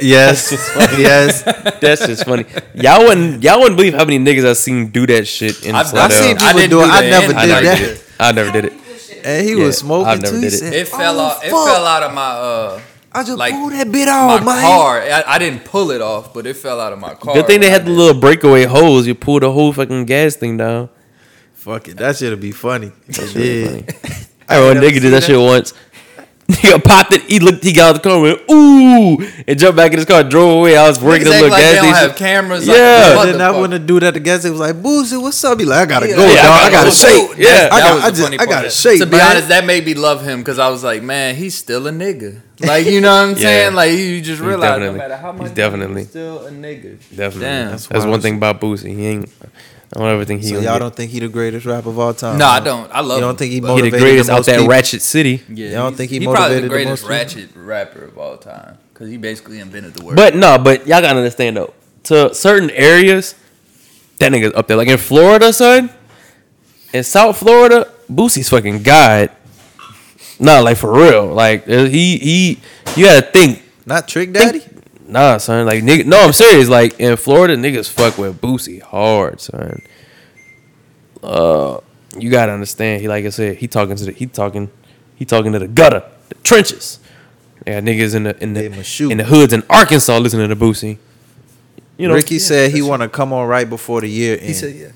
Speaker 2: Yes, yes.
Speaker 1: That's just funny. Y'all wouldn't y'all wouldn't believe how many niggas I seen do that shit in
Speaker 3: I've
Speaker 1: Slide
Speaker 2: seen
Speaker 1: Out.
Speaker 2: people do it. I never
Speaker 1: I
Speaker 2: did
Speaker 1: never
Speaker 2: that.
Speaker 1: did it. I never did it.
Speaker 3: shit.
Speaker 2: And he
Speaker 4: Yeah,
Speaker 2: was smoking
Speaker 4: I've never
Speaker 2: too.
Speaker 4: did
Speaker 2: He
Speaker 4: it.
Speaker 2: said,
Speaker 3: It fell
Speaker 2: "Oh,
Speaker 3: out. It
Speaker 2: fuck,
Speaker 3: fell out of my uh
Speaker 2: I just
Speaker 3: like,
Speaker 2: pulled that bit off,
Speaker 3: my
Speaker 2: man.
Speaker 3: car. I, I didn't pull it off, but it fell out of my car.
Speaker 1: Good thing they
Speaker 3: when I
Speaker 1: had the
Speaker 3: did.
Speaker 1: little breakaway hose. You pull the whole fucking gas thing down.
Speaker 2: Fuck it. That shit'll be funny.
Speaker 1: That's really
Speaker 2: yeah.
Speaker 1: funny. I remember
Speaker 2: never
Speaker 1: Oh, nigga did
Speaker 2: seen
Speaker 1: that
Speaker 2: that.
Speaker 1: shit once. He got popped it. He looked. He got out the car, and went ooh, and jumped back in his car, drove away. I was working
Speaker 3: Niggas
Speaker 1: the
Speaker 3: act
Speaker 1: little
Speaker 3: like
Speaker 1: gas
Speaker 3: they don't
Speaker 1: station.
Speaker 3: have cameras.
Speaker 1: Yeah.
Speaker 3: like,
Speaker 2: Then I want to do that to guess. It was like, Boozy, what's up? He like, I gotta
Speaker 3: Yeah,
Speaker 2: go,
Speaker 1: yeah, I
Speaker 2: dog.
Speaker 1: gotta
Speaker 2: I gotta
Speaker 1: go.
Speaker 2: shake.
Speaker 1: Yeah.
Speaker 2: I
Speaker 3: That
Speaker 2: got-
Speaker 3: was
Speaker 2: I
Speaker 3: the
Speaker 2: just-
Speaker 3: funny
Speaker 2: I
Speaker 3: part.
Speaker 2: gotta shake,
Speaker 3: To be
Speaker 2: man.
Speaker 3: honest, that made me love him because I was like, man, he's still a nigga. Like you know what I'm
Speaker 1: Yeah.
Speaker 3: saying? Like you just realize no
Speaker 1: definitely-
Speaker 3: matter how
Speaker 1: he's
Speaker 3: much he's
Speaker 1: definitely-
Speaker 3: still a nigga.
Speaker 1: Definitely.
Speaker 3: Damn.
Speaker 1: That's,
Speaker 2: That's why I
Speaker 1: one
Speaker 2: was-
Speaker 1: thing about Boosie. He ain't. I don't ever think he.
Speaker 2: So
Speaker 1: gonna
Speaker 2: y'all
Speaker 1: get-
Speaker 2: don't think he the greatest rapper of all time?
Speaker 3: No, I
Speaker 2: huh?
Speaker 3: don't. I love.
Speaker 2: You
Speaker 3: him,
Speaker 2: don't think he
Speaker 3: but-
Speaker 1: He
Speaker 2: motivated
Speaker 1: the greatest
Speaker 2: the
Speaker 1: out
Speaker 2: most
Speaker 1: that
Speaker 2: people?
Speaker 1: ratchet city.
Speaker 3: Yeah,
Speaker 2: You don't
Speaker 3: he's-
Speaker 2: think he
Speaker 3: probably
Speaker 2: motivated
Speaker 3: the
Speaker 2: the
Speaker 3: greatest
Speaker 2: most
Speaker 3: ratchet rapper of all time because he basically invented the word.
Speaker 1: But no, but y'all gotta understand though. To certain areas, that nigga's up there. Like in Florida, son. In South Florida, Boosie's fucking god. Nah, like for real. Like uh, he he. You gotta think.
Speaker 2: Not Trick
Speaker 1: think-
Speaker 2: Daddy.
Speaker 1: Nah, son. Like nigga. No, I'm serious. Like in Florida, niggas fuck with Boosie hard, son. Uh, you gotta understand. He like I said, he talking to the he talking he talking to the gutter, the trenches. Yeah, niggas in the in the
Speaker 2: They must shoot.
Speaker 1: in the hoods in Arkansas listening to Boosie. You know,
Speaker 2: Ricky said he want to come on right before the year
Speaker 3: he
Speaker 2: end.
Speaker 3: said, "Yeah,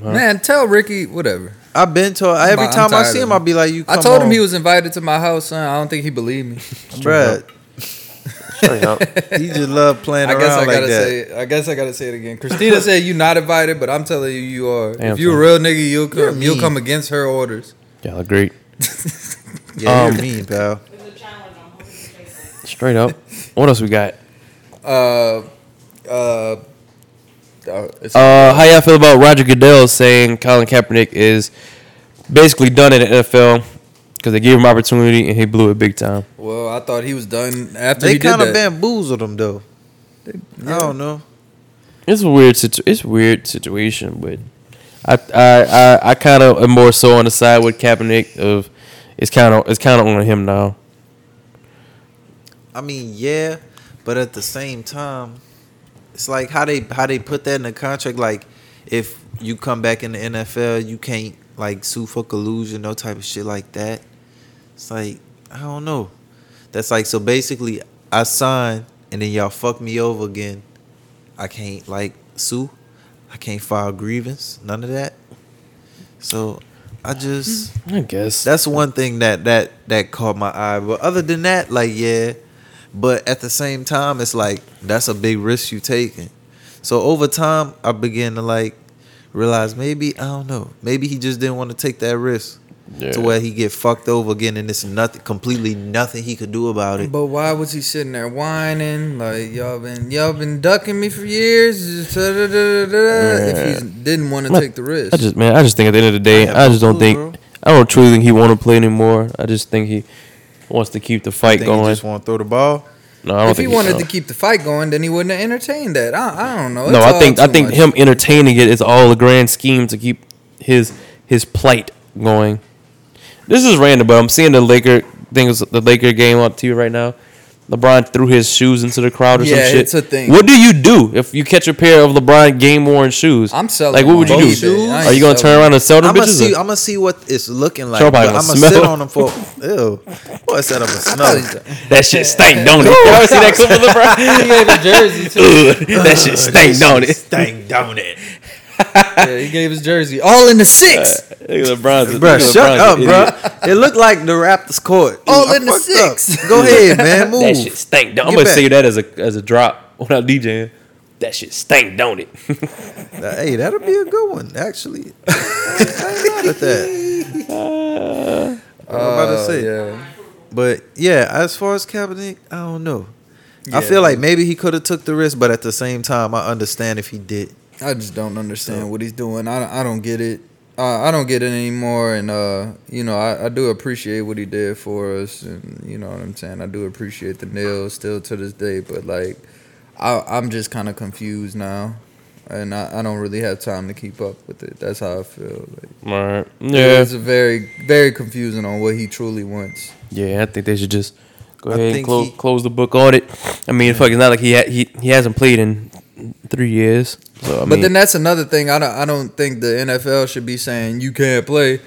Speaker 1: Huh?
Speaker 3: man, tell Ricky whatever."
Speaker 2: I've been told every
Speaker 3: Bruh, I'm
Speaker 2: time I
Speaker 3: tired
Speaker 2: see
Speaker 3: of
Speaker 2: him,
Speaker 3: him.
Speaker 2: I'll be like, you. Come
Speaker 3: I told
Speaker 2: on,
Speaker 3: him he was invited to my house, son. I don't think he believed me.
Speaker 2: Bruh, he just love playing
Speaker 3: I
Speaker 2: around
Speaker 3: guess I
Speaker 2: like
Speaker 3: gotta
Speaker 2: that.
Speaker 3: say. I guess I gotta say it again. Christina said you not invited, but I'm telling you, you are.
Speaker 1: Damn,
Speaker 3: if you a
Speaker 1: son.
Speaker 3: real nigga, you'll come.
Speaker 2: mean.
Speaker 3: You'll come against her orders.
Speaker 1: y'all agree.
Speaker 2: yeah,
Speaker 1: Um,
Speaker 2: you're mean, pal.
Speaker 5: There's a challenge on who can say that.
Speaker 1: Straight up. What else we got?
Speaker 3: Uh, uh, uh, it's-
Speaker 1: Uh, how y'all feel about Roger Goodell saying Colin Kaepernick is basically done in the NFL because they gave him opportunity and he blew it big time?
Speaker 3: well, I thought he was done after
Speaker 2: They
Speaker 3: he did
Speaker 2: kind of
Speaker 3: that.
Speaker 2: bamboozled him though. I don't know.
Speaker 1: It's a weird situ- It's a weird situation, but I I I, I kind of am more so on the side with Kaepernick of it's kind of it's kind of on him now.
Speaker 2: I mean, yeah, but at the same time, it's like how they how they put that in the contract. Like, if you come back in the NFL, you can't like sue for collusion, no type of shit like that. It's like I don't know. That's like so basically, I sign and then y'all fuck me over again. I can't like sue. I can't file grievance. None of that. So, I just.
Speaker 1: I guess
Speaker 2: That's one thing that that that caught my eye. But other than that, like yeah, but at the same time, it's like that's a big risk you taking. So over time, I began to like realize maybe I don't know, maybe he just didn't want to take that risk
Speaker 1: yeah.
Speaker 2: to where he get fucked over again, and it's nothing, completely nothing he could do about it.
Speaker 3: But why was he sitting there whining? Like y'all been y'all been ducking me for years. da, da, da, da, da, If he didn't want to
Speaker 1: I-
Speaker 3: take the risk,
Speaker 1: I just man, I just think at the end of the day,
Speaker 2: have
Speaker 1: I,
Speaker 2: no
Speaker 1: just don't
Speaker 2: clue,
Speaker 1: think
Speaker 2: bro.
Speaker 1: I don't truly think he want to play anymore. I just think he wants to keep the
Speaker 2: I
Speaker 1: fight
Speaker 2: think
Speaker 1: going.
Speaker 2: he just want to throw the ball.
Speaker 1: no, I don't
Speaker 3: if he
Speaker 1: think
Speaker 3: wanted
Speaker 1: no.
Speaker 3: to keep the fight going, then he wouldn't have entertained that. I, I don't know.
Speaker 1: No,
Speaker 3: Oh, It's
Speaker 1: I
Speaker 3: all
Speaker 1: think I
Speaker 3: too
Speaker 1: think
Speaker 3: much.
Speaker 1: him entertaining it is all a grand scheme to keep his his plight going. This is random, but I'm seeing the Laker things the Laker game on TV right now. LeBron threw his shoes into the crowd or
Speaker 3: Yeah,
Speaker 1: some shit.
Speaker 3: it's a thing.
Speaker 1: What do you do if you catch a pair of LeBron game worn shoes?
Speaker 3: I'm selling
Speaker 1: Like, what would you
Speaker 3: them
Speaker 1: do?
Speaker 3: on eBay. I ain't
Speaker 1: Are you gonna
Speaker 3: selling
Speaker 1: turn around and sell them
Speaker 2: I'm gonna
Speaker 1: bitches?
Speaker 2: see.
Speaker 1: or-
Speaker 2: I'm gonna see what it's looking like.
Speaker 1: Sure,
Speaker 2: I'm
Speaker 1: probably
Speaker 2: gonna
Speaker 1: gonna
Speaker 2: sit
Speaker 1: smell.
Speaker 2: on them for. Ew, boy, I said I'm gonna
Speaker 3: I
Speaker 2: smell.
Speaker 3: thought he-
Speaker 2: it.
Speaker 1: that shit stank, don't it? You ever see that clip of LeBron?
Speaker 3: He gave his jersey too.
Speaker 1: Ugh, that shit stank, don't it?
Speaker 2: Stank, don't it?
Speaker 3: Yeah, he gave his jersey all in the six.
Speaker 1: LeBron's,
Speaker 2: Bro, shut up, bro. It looked like the Raptors court.
Speaker 3: All
Speaker 2: I
Speaker 3: in Oh, the
Speaker 2: fucked
Speaker 3: six.
Speaker 2: up. Go ahead, man. Move.
Speaker 1: That shit stank. Don't. I'm
Speaker 2: Get
Speaker 1: gonna
Speaker 2: back.
Speaker 1: save that as a as a drop when I'm DJing. That shit stank, don't it?
Speaker 2: Hey, that'll be a good one, actually. I ain't mad at that. I'm about to
Speaker 3: Uh,
Speaker 2: say.
Speaker 3: yeah.
Speaker 2: But yeah, as far as Kaepernick, I don't know.
Speaker 3: Yeah.
Speaker 2: I feel like maybe he could have took the risk, but at the same time, I understand if he did.
Speaker 3: I just don't understand what he's doing. I, don't- I don't get it. I, I don't get it anymore. And uh, you know, I, I do appreciate what he did for us, and you know what I'm saying. I do appreciate the nail still to this day. But like, I, I'm just kind of confused now, and I, I don't really have time to keep up with it. That's how I feel. Like,
Speaker 1: Alright. Yeah.
Speaker 3: it's very very confusing on what he truly wants.
Speaker 1: Yeah, I think they should just go
Speaker 2: I
Speaker 1: ahead and
Speaker 2: think
Speaker 1: close,
Speaker 2: he-
Speaker 1: close the book on it. I mean, fuck, it's not like he ha- he he hasn't played in three years. So I
Speaker 3: But
Speaker 1: mean,
Speaker 3: then that's another thing. I don't. I don't think the NFL should be saying you can't play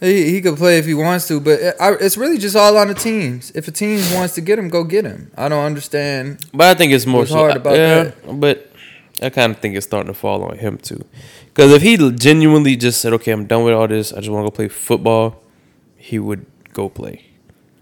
Speaker 3: He, he could play if he wants to, but it, I, it's really just all on the teams. If a team wants to get him, go get him. I don't understand.
Speaker 1: But I think it's more
Speaker 3: What's
Speaker 1: so,
Speaker 3: hard about
Speaker 1: yeah, But I kind of think it's starting to fall on him too, because if he genuinely just said, "Okay, I'm done with all this. I just want to go play football," he would go play.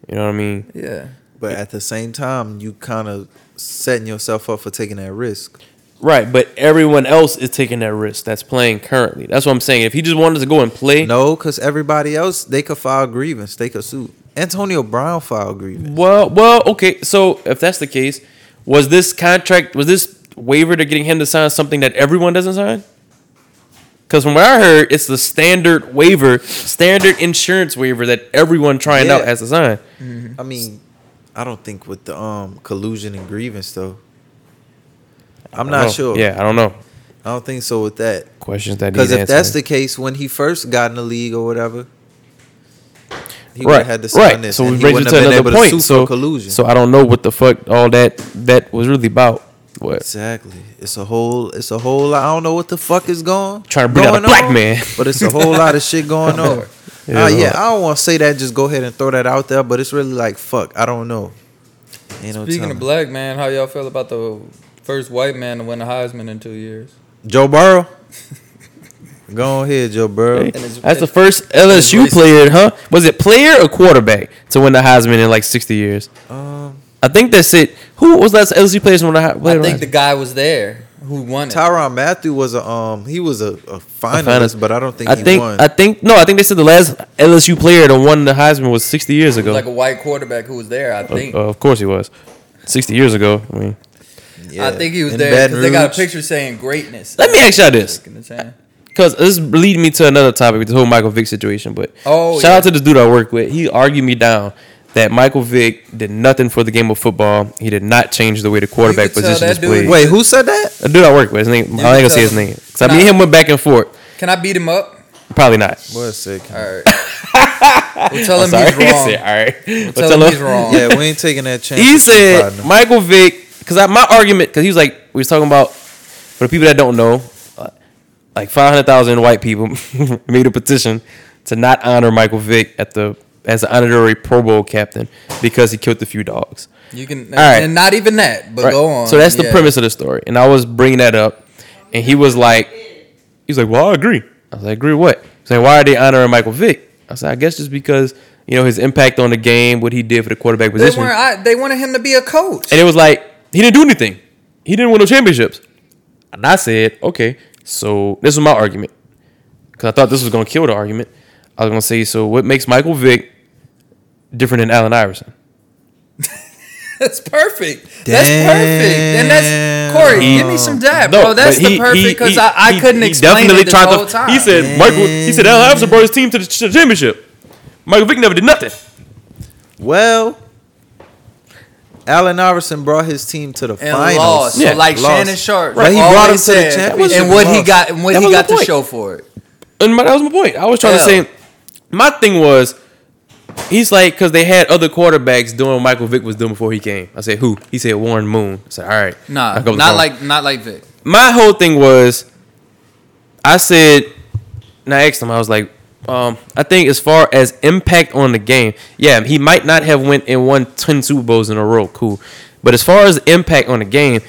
Speaker 1: You know what I mean?
Speaker 3: Yeah,
Speaker 2: But at the same time, you kind of setting yourself up for taking that risk.
Speaker 1: Right. But everyone else is taking that risk. That's playing currently. That's what I'm saying. If he just wanted to go and play,
Speaker 2: No, because everybody else they could file grievance, they could sue. Antonio Brown filed grievance.
Speaker 1: Well, well, okay. So if that's the case, was this contract was this waiver to getting him to sign something that everyone doesn't sign? Because from what I heard, it's the standard waiver, standard insurance waiver that everyone trying out
Speaker 2: Yeah.
Speaker 1: has to sign.
Speaker 2: I mean, I don't think with the um collusion and grievance though. I'm
Speaker 1: I
Speaker 2: not
Speaker 1: don't-
Speaker 2: sure.
Speaker 1: Oh, Yeah, I don't know.
Speaker 2: I don't think so with that.
Speaker 1: Questions that
Speaker 2: Because if that's
Speaker 1: the
Speaker 2: the case, when he first got in the league or whatever, he
Speaker 1: right,
Speaker 2: would had to sign
Speaker 1: right.
Speaker 2: this,
Speaker 1: so we
Speaker 2: and he
Speaker 1: raised it
Speaker 2: wouldn't
Speaker 1: to
Speaker 2: have been
Speaker 1: another
Speaker 2: able to
Speaker 1: point.
Speaker 2: sue for
Speaker 1: so
Speaker 2: collusion.
Speaker 1: so I don't know what the fuck all that that was really about. What?
Speaker 2: Exactly. It's a whole. It's a whole. lot- I don't know what the fuck is going.
Speaker 1: Trying to bring out a
Speaker 2: going
Speaker 1: black
Speaker 2: on,
Speaker 1: man.
Speaker 2: But it's a whole lot of shit going on.
Speaker 1: Yeah.
Speaker 2: Yeah, yeah. I don't want to say that. Just go ahead and throw that out there. But it's really like fuck. I don't know. Ain't no
Speaker 3: Speaking of
Speaker 2: telling.
Speaker 3: black man, how y'all feel about the first white man to win a Heisman in two years?
Speaker 2: Joe Burrow. go on here, Joe Burrow.
Speaker 1: Hey,
Speaker 3: And it's-
Speaker 1: That's the
Speaker 3: and-
Speaker 1: first
Speaker 3: it's
Speaker 1: LSU
Speaker 3: racist.
Speaker 1: player, huh? Was it player or quarterback to win the Heisman in like sixty years?
Speaker 2: Um,
Speaker 1: I think that's it. Who was the last LSU player to win the Heisman?
Speaker 3: I think the guy was there who won it.
Speaker 2: Tyron Matthew was a um. He was a, a finalist,
Speaker 1: finalist.
Speaker 2: but I don't think
Speaker 1: I
Speaker 2: he
Speaker 1: think
Speaker 2: won.
Speaker 1: I think no, I think they said the last LSU player that won the Heisman was sixty years ago.
Speaker 3: Like a white quarterback who was there, I think.
Speaker 1: Uh, of course he was. Sixty years ago. I mean,
Speaker 2: Yeah.
Speaker 3: I think he was
Speaker 2: In
Speaker 3: there
Speaker 2: Baton
Speaker 3: because they got a
Speaker 2: Rouge.
Speaker 3: picture saying greatness.
Speaker 1: Let me ask y'all this.
Speaker 3: In the town.
Speaker 1: because this lead me to another topic, this whole Michael Vick situation. But
Speaker 3: Oh,
Speaker 1: shout
Speaker 3: yeah.
Speaker 1: out to the dude I work with. He argued me down that Michael Vick did nothing for the game of football. He did not change the way the quarterback
Speaker 3: could tell
Speaker 1: position
Speaker 3: that
Speaker 1: is
Speaker 3: dude-
Speaker 1: played.
Speaker 2: Wait, who said that?
Speaker 1: A dude I work with. His name. I ain't
Speaker 3: can
Speaker 1: gonna
Speaker 3: tell
Speaker 1: say his
Speaker 3: him.
Speaker 1: name. Cause I
Speaker 3: Nah.
Speaker 1: mean, him went back and forth.
Speaker 3: Can I beat him up?
Speaker 1: Probably not.
Speaker 2: Wait a second.
Speaker 3: All right. We'll tell him
Speaker 1: Sorry.
Speaker 3: he's wrong.
Speaker 1: He said, all right. We'll
Speaker 3: tell him he's wrong.
Speaker 2: Yeah, we ain't taking that chance.
Speaker 1: He
Speaker 2: with you,
Speaker 1: said
Speaker 2: partner.
Speaker 1: Michael Vick. Cause I, my argument. Cause he was like, we was talking about for the people that don't know, uh, like five hundred thousand white people made a petition to not honor Michael Vick at the as an honorary Pro Bowl captain because he killed a few dogs.
Speaker 3: You can,
Speaker 1: All right.
Speaker 3: and not even that, but
Speaker 1: Right.
Speaker 3: go on.
Speaker 1: So that's the
Speaker 3: Yeah.
Speaker 1: premise of the story. And I was bringing that up, and he was like, he's like, well, I agree. I was like, agree what? He's like, why are they honoring Michael Vick? I said, I guess just because you know his impact on the game, what he did for the quarterback
Speaker 3: They,
Speaker 1: position,
Speaker 3: weren't, I, they wanted him to be a coach.
Speaker 1: and it was like he didn't do anything. He didn't win no championships. And I said, okay, so this was my argument because I thought this was gonna kill the argument. I was gonna say, so what makes Michael Vick different than Allen Iverson?
Speaker 3: That's perfect. That's perfect.
Speaker 2: Damn.
Speaker 3: And that's Corey.
Speaker 1: He-
Speaker 3: give me some dab,
Speaker 1: No,
Speaker 3: bro. That's
Speaker 1: but
Speaker 3: the
Speaker 1: he-
Speaker 3: perfect
Speaker 1: he-
Speaker 3: because
Speaker 1: he-
Speaker 3: I, I
Speaker 1: he-
Speaker 3: couldn't
Speaker 1: he
Speaker 3: explain
Speaker 1: definitely
Speaker 3: it this
Speaker 1: tried
Speaker 3: whole
Speaker 1: to,
Speaker 3: time.
Speaker 1: He said Michael. He said Allen Iverson brought his team to the ch- championship. Michael Vick never did nothing.
Speaker 2: Well, Allen Iverson brought his team to the
Speaker 3: and
Speaker 2: finals.
Speaker 3: lost.
Speaker 1: Yeah.
Speaker 3: So like
Speaker 2: Lost.
Speaker 3: Shannon Sharp,
Speaker 2: Right, he
Speaker 3: always
Speaker 2: brought him to the
Speaker 3: said,
Speaker 2: championship
Speaker 3: and what he
Speaker 2: lost.
Speaker 3: got and what
Speaker 1: That
Speaker 3: he
Speaker 1: was
Speaker 3: got
Speaker 1: the
Speaker 3: to
Speaker 1: point.
Speaker 3: show for it.
Speaker 1: And my, that was my point. I was trying
Speaker 3: Yeah.
Speaker 1: to say, my thing was, he's like, because they had other quarterbacks doing what Michael Vick was doing before he came. I said, who? He said Warren Moon. I said, all right. I
Speaker 3: Nah,
Speaker 1: go with
Speaker 3: not
Speaker 1: Warren.
Speaker 3: like not like Vic.
Speaker 1: my whole thing was, I said, and I asked him, I was like, um, I think as far as impact on the game, yeah, he might not have went and won 10 Super Bowls in a row, cool. But as far as impact on the game,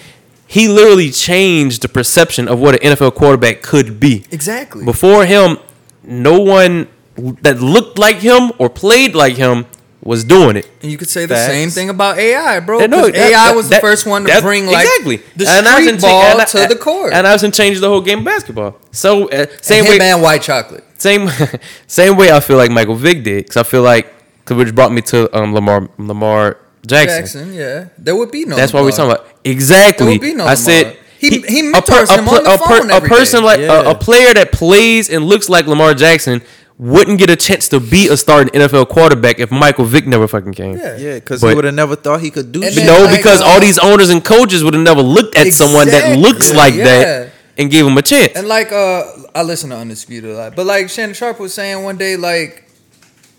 Speaker 1: he literally changed the perception of what an NFL quarterback could be.
Speaker 3: Exactly.
Speaker 1: Before him, no one that looked like him or played like him was doing it.
Speaker 3: And you could say the
Speaker 2: Facts.
Speaker 3: same thing about AI, bro.
Speaker 1: Yeah, no,
Speaker 3: Oh, 'cause
Speaker 1: that-
Speaker 3: AI
Speaker 1: that-
Speaker 3: was the
Speaker 1: that-
Speaker 3: first one to
Speaker 1: that-
Speaker 3: bring like
Speaker 1: exactly
Speaker 3: the
Speaker 1: And I was in
Speaker 3: street
Speaker 1: cha-
Speaker 3: ball
Speaker 1: and I-
Speaker 3: to the court.
Speaker 1: and I was in changed the whole game of basketball. So uh, same
Speaker 3: and him
Speaker 1: way,
Speaker 3: and white chocolate.
Speaker 1: same same way I feel like Michael Vick did because I feel like cause which brought me to um, Lamar Lamar Jackson.
Speaker 3: Jackson, yeah, there would be no.
Speaker 1: That's why we're
Speaker 3: LeBron.
Speaker 1: talking about exactly.
Speaker 3: There would be no
Speaker 1: I said
Speaker 3: Lamar. He- he mentors him on the phone
Speaker 1: a
Speaker 3: every
Speaker 1: person
Speaker 3: day.
Speaker 1: like a,
Speaker 2: Yeah.
Speaker 1: a player that plays and looks like Lamar Jackson wouldn't get a chance to be a starting NFL quarterback if Michael Vick never fucking came.
Speaker 3: Yeah.
Speaker 2: Yeah, because
Speaker 1: But-
Speaker 2: he would have never thought he could do
Speaker 3: And
Speaker 2: shit.
Speaker 3: then-
Speaker 1: no,
Speaker 3: like,
Speaker 1: because
Speaker 3: uh,
Speaker 1: all these owners and coaches would have never looked at someone that looks
Speaker 3: Exactly,
Speaker 1: like
Speaker 3: yeah.
Speaker 1: that and gave him a chance.
Speaker 3: And like uh I listen to Undisputed a lot. But like Shannon Sharp was saying one day, like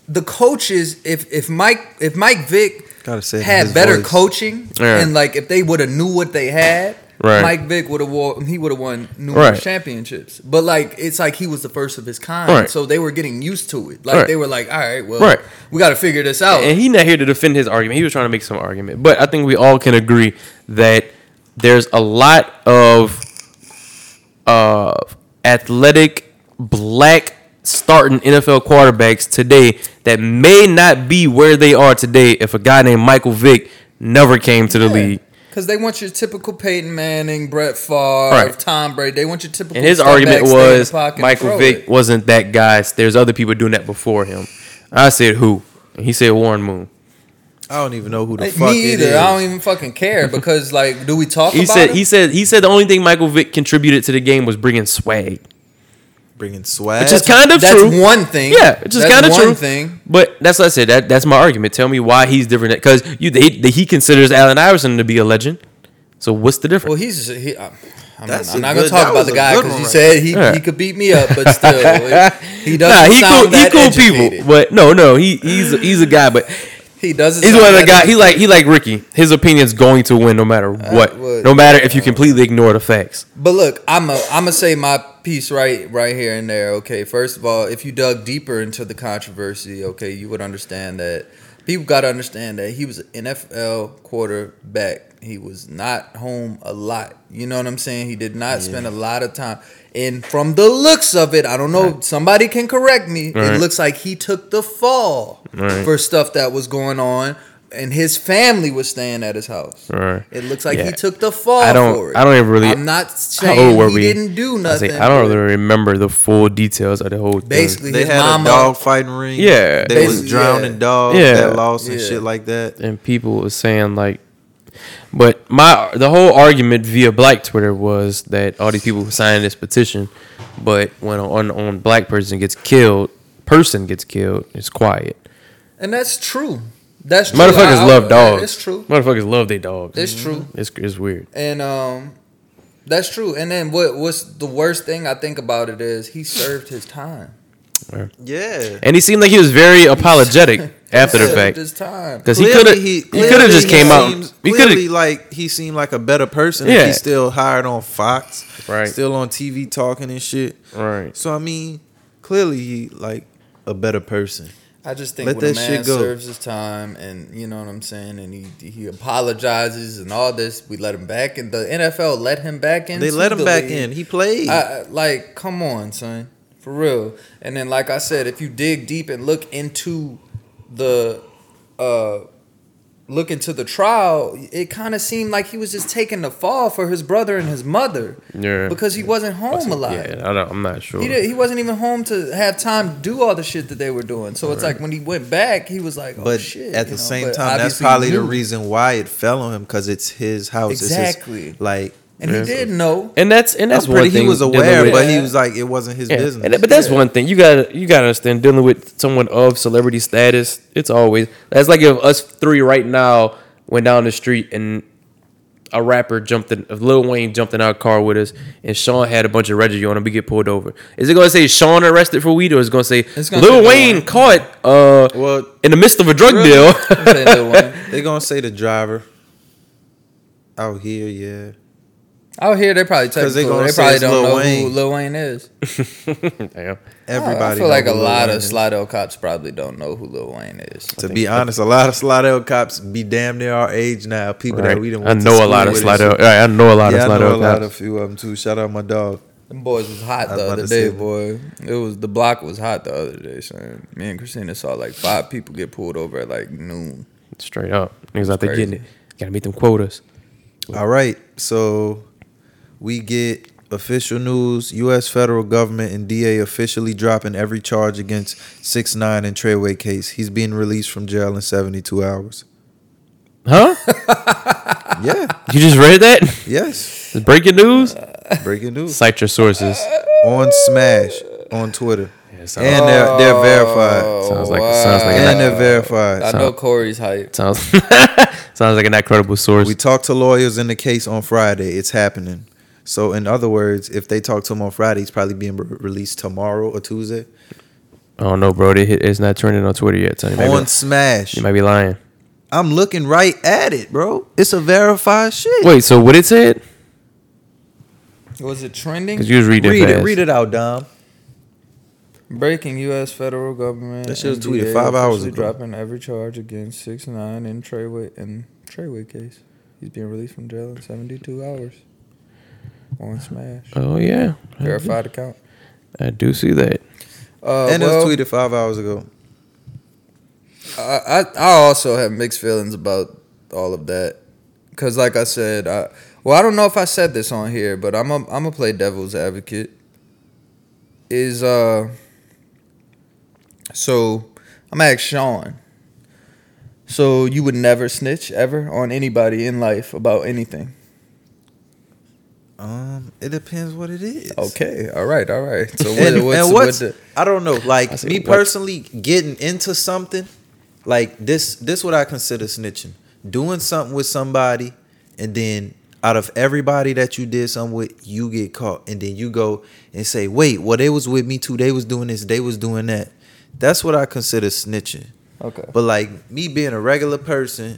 Speaker 3: the coaches, if if Mike if Mike Vick
Speaker 2: Gotta say it in his
Speaker 3: had better
Speaker 2: voice.
Speaker 3: coaching
Speaker 1: Yeah.
Speaker 3: and like if they would have knew what they had,
Speaker 1: Right.
Speaker 3: Mike Vick would have won. He would have won numerous
Speaker 1: Right.
Speaker 3: championships. But like, it's like he was the first of his kind.
Speaker 1: Right.
Speaker 3: So they were getting used to it. Like
Speaker 1: Right.
Speaker 3: they were like, all right, well,
Speaker 1: Right.
Speaker 3: we got to figure this out.
Speaker 1: and he not here to defend his argument. He was trying to make some argument, but I think we all can agree that there's a lot of uh, athletic black starting NFL quarterbacks today that may not be where they are today if a guy named Michael Vick never came to the league.
Speaker 3: Because they want your typical Peyton Manning, Brett Favre,
Speaker 1: Right.
Speaker 3: Tom Brady. They want your typical.
Speaker 1: And his
Speaker 3: step
Speaker 1: argument
Speaker 3: back, stay in the
Speaker 1: was
Speaker 3: pocket and
Speaker 1: Michael
Speaker 3: throw
Speaker 1: Vick
Speaker 3: it.
Speaker 1: wasn't that guy. There's other people doing that before him. I said who? And he said Warren Moon.
Speaker 2: I don't even know who the
Speaker 3: Like,
Speaker 2: fuck
Speaker 3: me
Speaker 2: it
Speaker 3: either.
Speaker 2: is.
Speaker 3: I don't even fucking care because like, do we talk
Speaker 1: He
Speaker 3: about
Speaker 1: said
Speaker 3: it?
Speaker 1: he said he said the only thing Michael Vick contributed to the game was bringing swag.
Speaker 2: Bringing swag.
Speaker 1: Which is kind of
Speaker 3: that's
Speaker 1: true.
Speaker 3: one thing.
Speaker 1: Yeah, which is
Speaker 3: That's
Speaker 1: kind of
Speaker 3: one
Speaker 1: true.
Speaker 3: Thing.
Speaker 1: But that's what I said. That that's my argument. Tell me why he's different. Because you they, they, he considers Allen Iverson to be a legend. So what's the
Speaker 3: Well,
Speaker 1: difference?
Speaker 3: he's he. I, I'm,
Speaker 2: That's
Speaker 3: I'm
Speaker 2: a
Speaker 3: not
Speaker 2: good-
Speaker 3: gonna talk
Speaker 2: that
Speaker 3: about
Speaker 2: was
Speaker 3: the
Speaker 2: a
Speaker 3: guy
Speaker 2: good
Speaker 3: because
Speaker 2: one
Speaker 3: he
Speaker 2: right
Speaker 3: said he,
Speaker 1: Yeah.
Speaker 3: he could beat me up, but still, it- he doesn't
Speaker 1: he
Speaker 3: sound
Speaker 1: cool. He
Speaker 3: that
Speaker 1: cool
Speaker 3: educated.
Speaker 1: people. But no, no, he he's a, he's a guy. But
Speaker 3: He doesn't.
Speaker 1: he's
Speaker 3: sound
Speaker 1: one of the
Speaker 3: that
Speaker 1: guy. He like he like Ricky. His opinion's going to win no matter
Speaker 3: Uh,
Speaker 1: what.
Speaker 3: would-
Speaker 1: No matter if you completely ignore the facts.
Speaker 3: But look, I'm a I'm gonna say my piece right right here and there. Okay, first of all, if you dug deeper into the controversy, okay, you would understand that people got to understand that he was an NFL quarterback. He was not home a lot. You know what I'm saying? He did not spend a lot of time. And from the looks of it, I don't know. Somebody can correct me.
Speaker 1: Right.
Speaker 3: It looks like he took the fall
Speaker 1: Right.
Speaker 3: for stuff that was going on, and his family was staying at his house.
Speaker 1: Right.
Speaker 3: It looks like
Speaker 1: Yeah.
Speaker 3: he took the fall
Speaker 1: I don't-
Speaker 3: for it.
Speaker 1: I don't even really-
Speaker 3: I'm not
Speaker 1: How
Speaker 3: saying
Speaker 1: old were
Speaker 3: he
Speaker 1: we?
Speaker 3: didn't do
Speaker 1: I say,
Speaker 3: nothing.
Speaker 1: I don't
Speaker 3: for it.
Speaker 1: really remember the full details of the whole thing.
Speaker 3: Basically,
Speaker 2: they
Speaker 3: his
Speaker 2: had
Speaker 3: mama.
Speaker 2: a dog fighting ring.
Speaker 1: Yeah.
Speaker 2: They was
Speaker 3: Basically,
Speaker 2: drowning
Speaker 3: yeah.
Speaker 2: dogs
Speaker 1: Yeah.
Speaker 2: that lost and
Speaker 3: Yeah.
Speaker 2: shit like that.
Speaker 1: and people were saying like but my the whole argument via black twitter was that all these people were signing this petition but when an on, on black person gets killed person gets killed it's quiet
Speaker 3: and that's true. That's true.
Speaker 1: motherfuckers
Speaker 3: I- I-
Speaker 1: love dogs
Speaker 3: It's true.
Speaker 1: motherfuckers love their dogs
Speaker 3: It's true.
Speaker 1: it's, it's weird
Speaker 3: And um, that's true. And then what? What's the worst thing I think about it is he served his time.
Speaker 2: Yeah.
Speaker 1: and he seemed like he was very apologetic after
Speaker 3: he
Speaker 1: the
Speaker 3: served
Speaker 1: fact
Speaker 3: his time.
Speaker 1: because he could
Speaker 2: Clearly
Speaker 1: have he,
Speaker 2: clearly
Speaker 1: could have just
Speaker 2: he
Speaker 1: came
Speaker 2: seems-
Speaker 1: out he could
Speaker 2: clearly
Speaker 1: have
Speaker 2: like he seemed like a better person. if
Speaker 1: Yeah.
Speaker 2: he's still hired on Fox,
Speaker 1: Right.
Speaker 2: Still on TV talking and shit.
Speaker 1: right
Speaker 2: So I mean, clearly he like a better person.
Speaker 3: I just think
Speaker 2: Let
Speaker 3: when a
Speaker 2: that
Speaker 3: man
Speaker 2: shit go.
Speaker 3: serves his time, and you know what I'm saying, and he he apologizes and all this, we let him back in. The NFL let him back in.
Speaker 2: They let him back in. He played.
Speaker 3: I, I- like, come on, son, for real. And then, like I said, if you dig deep and look into the, uh, look into the trial, it kind of seemed like he was just taking the fall for his brother and his mother
Speaker 1: yeah
Speaker 3: because he wasn't home a lot.
Speaker 1: yeah I don't, i'm not sure
Speaker 3: He, did, he wasn't even home to have time to do all the shit that they were doing. So it's like when he went back, he was like, oh,
Speaker 2: but
Speaker 3: shit.
Speaker 2: at the
Speaker 3: you know,
Speaker 2: same
Speaker 3: but
Speaker 2: time, that's
Speaker 3: obviously
Speaker 2: probably the
Speaker 3: knew.
Speaker 2: reason why it fell on him because it's his house. It's his-
Speaker 3: Exactly.
Speaker 2: like
Speaker 3: And he
Speaker 1: Yeah.
Speaker 3: did know.
Speaker 1: and that's and that's
Speaker 2: I'm pretty-
Speaker 1: one thing
Speaker 2: He was
Speaker 1: dealing
Speaker 2: aware,
Speaker 1: with-
Speaker 2: but he was like, it wasn't his
Speaker 1: Yeah,
Speaker 2: business.
Speaker 1: and- but that's one thing you gotta you gotta understand dealing with someone of celebrity status. It's always that's like if us three right now went down the street and a rapper jumped in, if Lil Wayne jumped in our car with us, and Sean had a bunch of Reggie on him. We get pulled over. Is it gonna say Sean arrested for weed, or is it gonna say
Speaker 3: It's gonna say
Speaker 1: Lil
Speaker 3: Lil
Speaker 1: Wayne
Speaker 3: Wayne.
Speaker 1: caught uh
Speaker 2: Well,
Speaker 1: in the midst of a drug
Speaker 2: Really?
Speaker 1: deal?
Speaker 3: I'm saying that one.
Speaker 2: they gonna say the driver out here, yeah.
Speaker 3: Out here, they probably
Speaker 2: 'Cause they
Speaker 3: technical.
Speaker 2: gonna
Speaker 3: They,
Speaker 2: say
Speaker 3: probably
Speaker 2: it's
Speaker 3: don't
Speaker 2: Lil
Speaker 3: know who
Speaker 2: Wayne.
Speaker 3: Lil Wayne is.
Speaker 1: Damn.
Speaker 2: Everybody.
Speaker 3: I feel like
Speaker 2: know
Speaker 3: a
Speaker 2: who Lil
Speaker 3: lot
Speaker 2: Wayne
Speaker 3: of
Speaker 2: is.
Speaker 3: Slido cops probably don't know who Lil Wayne is.
Speaker 2: To be honest, a lot of Slidell cops be damn near our age now. People
Speaker 1: Right.
Speaker 2: that we didn't.
Speaker 1: I know a lot of Slidell. Right, I know a lot
Speaker 2: Yeah, I
Speaker 1: of
Speaker 2: know a lot
Speaker 1: Slidell.
Speaker 2: of few of them too. Shout out my dog.
Speaker 3: Them boys was
Speaker 2: I was
Speaker 3: hot the
Speaker 2: about
Speaker 3: other
Speaker 2: to
Speaker 3: day,
Speaker 2: say.
Speaker 3: boy. It was the block was hot the other day, son. Me and Christina saw like five people get pulled over at like noon.
Speaker 1: Straight up, niggas out there
Speaker 3: Crazy.
Speaker 1: getting it. Gotta meet them quotas.
Speaker 2: All right, so we get official news: U.S. federal government and DA officially dropping every charge against six nine in Treyway case. He's being released from jail in seventy two hours.
Speaker 1: Huh?
Speaker 2: Yeah,
Speaker 1: you just read that?
Speaker 2: yes,
Speaker 1: Breaking news?
Speaker 2: breaking news.
Speaker 1: Cite your sources.
Speaker 2: on Smash on Twitter,
Speaker 1: sounds,
Speaker 2: and uh, they're they're verified,
Speaker 3: Oh,
Speaker 1: Sounds like- sounds like that.
Speaker 2: and they're verified.
Speaker 3: I know Corey's hype.
Speaker 1: sounds, sounds like an not credible source.
Speaker 2: We talked to lawyers in the case on Friday. It's happening. So, in other words, if they talk to him on Friday, he's probably being re- released tomorrow or Tuesday
Speaker 1: I don't know, bro. They hit, it's not trending on Twitter yet. Tony. Maybe,
Speaker 2: on Smash.
Speaker 1: you might be lying.
Speaker 2: I'm looking right at it, bro. It's a verified shit.
Speaker 1: Wait, so what it said?
Speaker 3: Was it trending?
Speaker 1: Cause you was reading
Speaker 2: Read it, read it out, Dom.
Speaker 3: Breaking U.S. federal government.
Speaker 2: That shit was
Speaker 3: NBA
Speaker 2: tweeted five hours
Speaker 3: officially
Speaker 2: ago.
Speaker 3: Dropping every charge against six nine in Treyway in Treyway case. He's being released from jail in seventy two hours. On Smash
Speaker 1: Oh yeah, I do-
Speaker 3: verified account.
Speaker 1: I do see that.
Speaker 3: Uh,
Speaker 2: and it was
Speaker 3: well,
Speaker 2: tweeted five hours ago.
Speaker 3: I, I I also have mixed feelings about all of that because, like I said, I well, I don't know if I said this on here, but I'm a I'm a play devil's advocate. Is uh, so I'm gonna ask Sean. So you would never snitch ever on anybody in life about anything.
Speaker 2: Um, it depends what it is.
Speaker 3: Okay, all right, all right. So what,
Speaker 2: and, and
Speaker 3: what's,
Speaker 2: what's,
Speaker 3: what's the,
Speaker 2: I don't know,
Speaker 1: I
Speaker 2: like
Speaker 1: see
Speaker 2: me
Speaker 1: what-
Speaker 2: personally getting into something, like this this what I consider snitching. Doing something with somebody and then out of everybody that you did something with, you get caught. And then you go and say, Wait, well they was with me too, they was doing this, they was doing that. That's what I consider snitching.
Speaker 3: okay?
Speaker 2: But like me being a regular person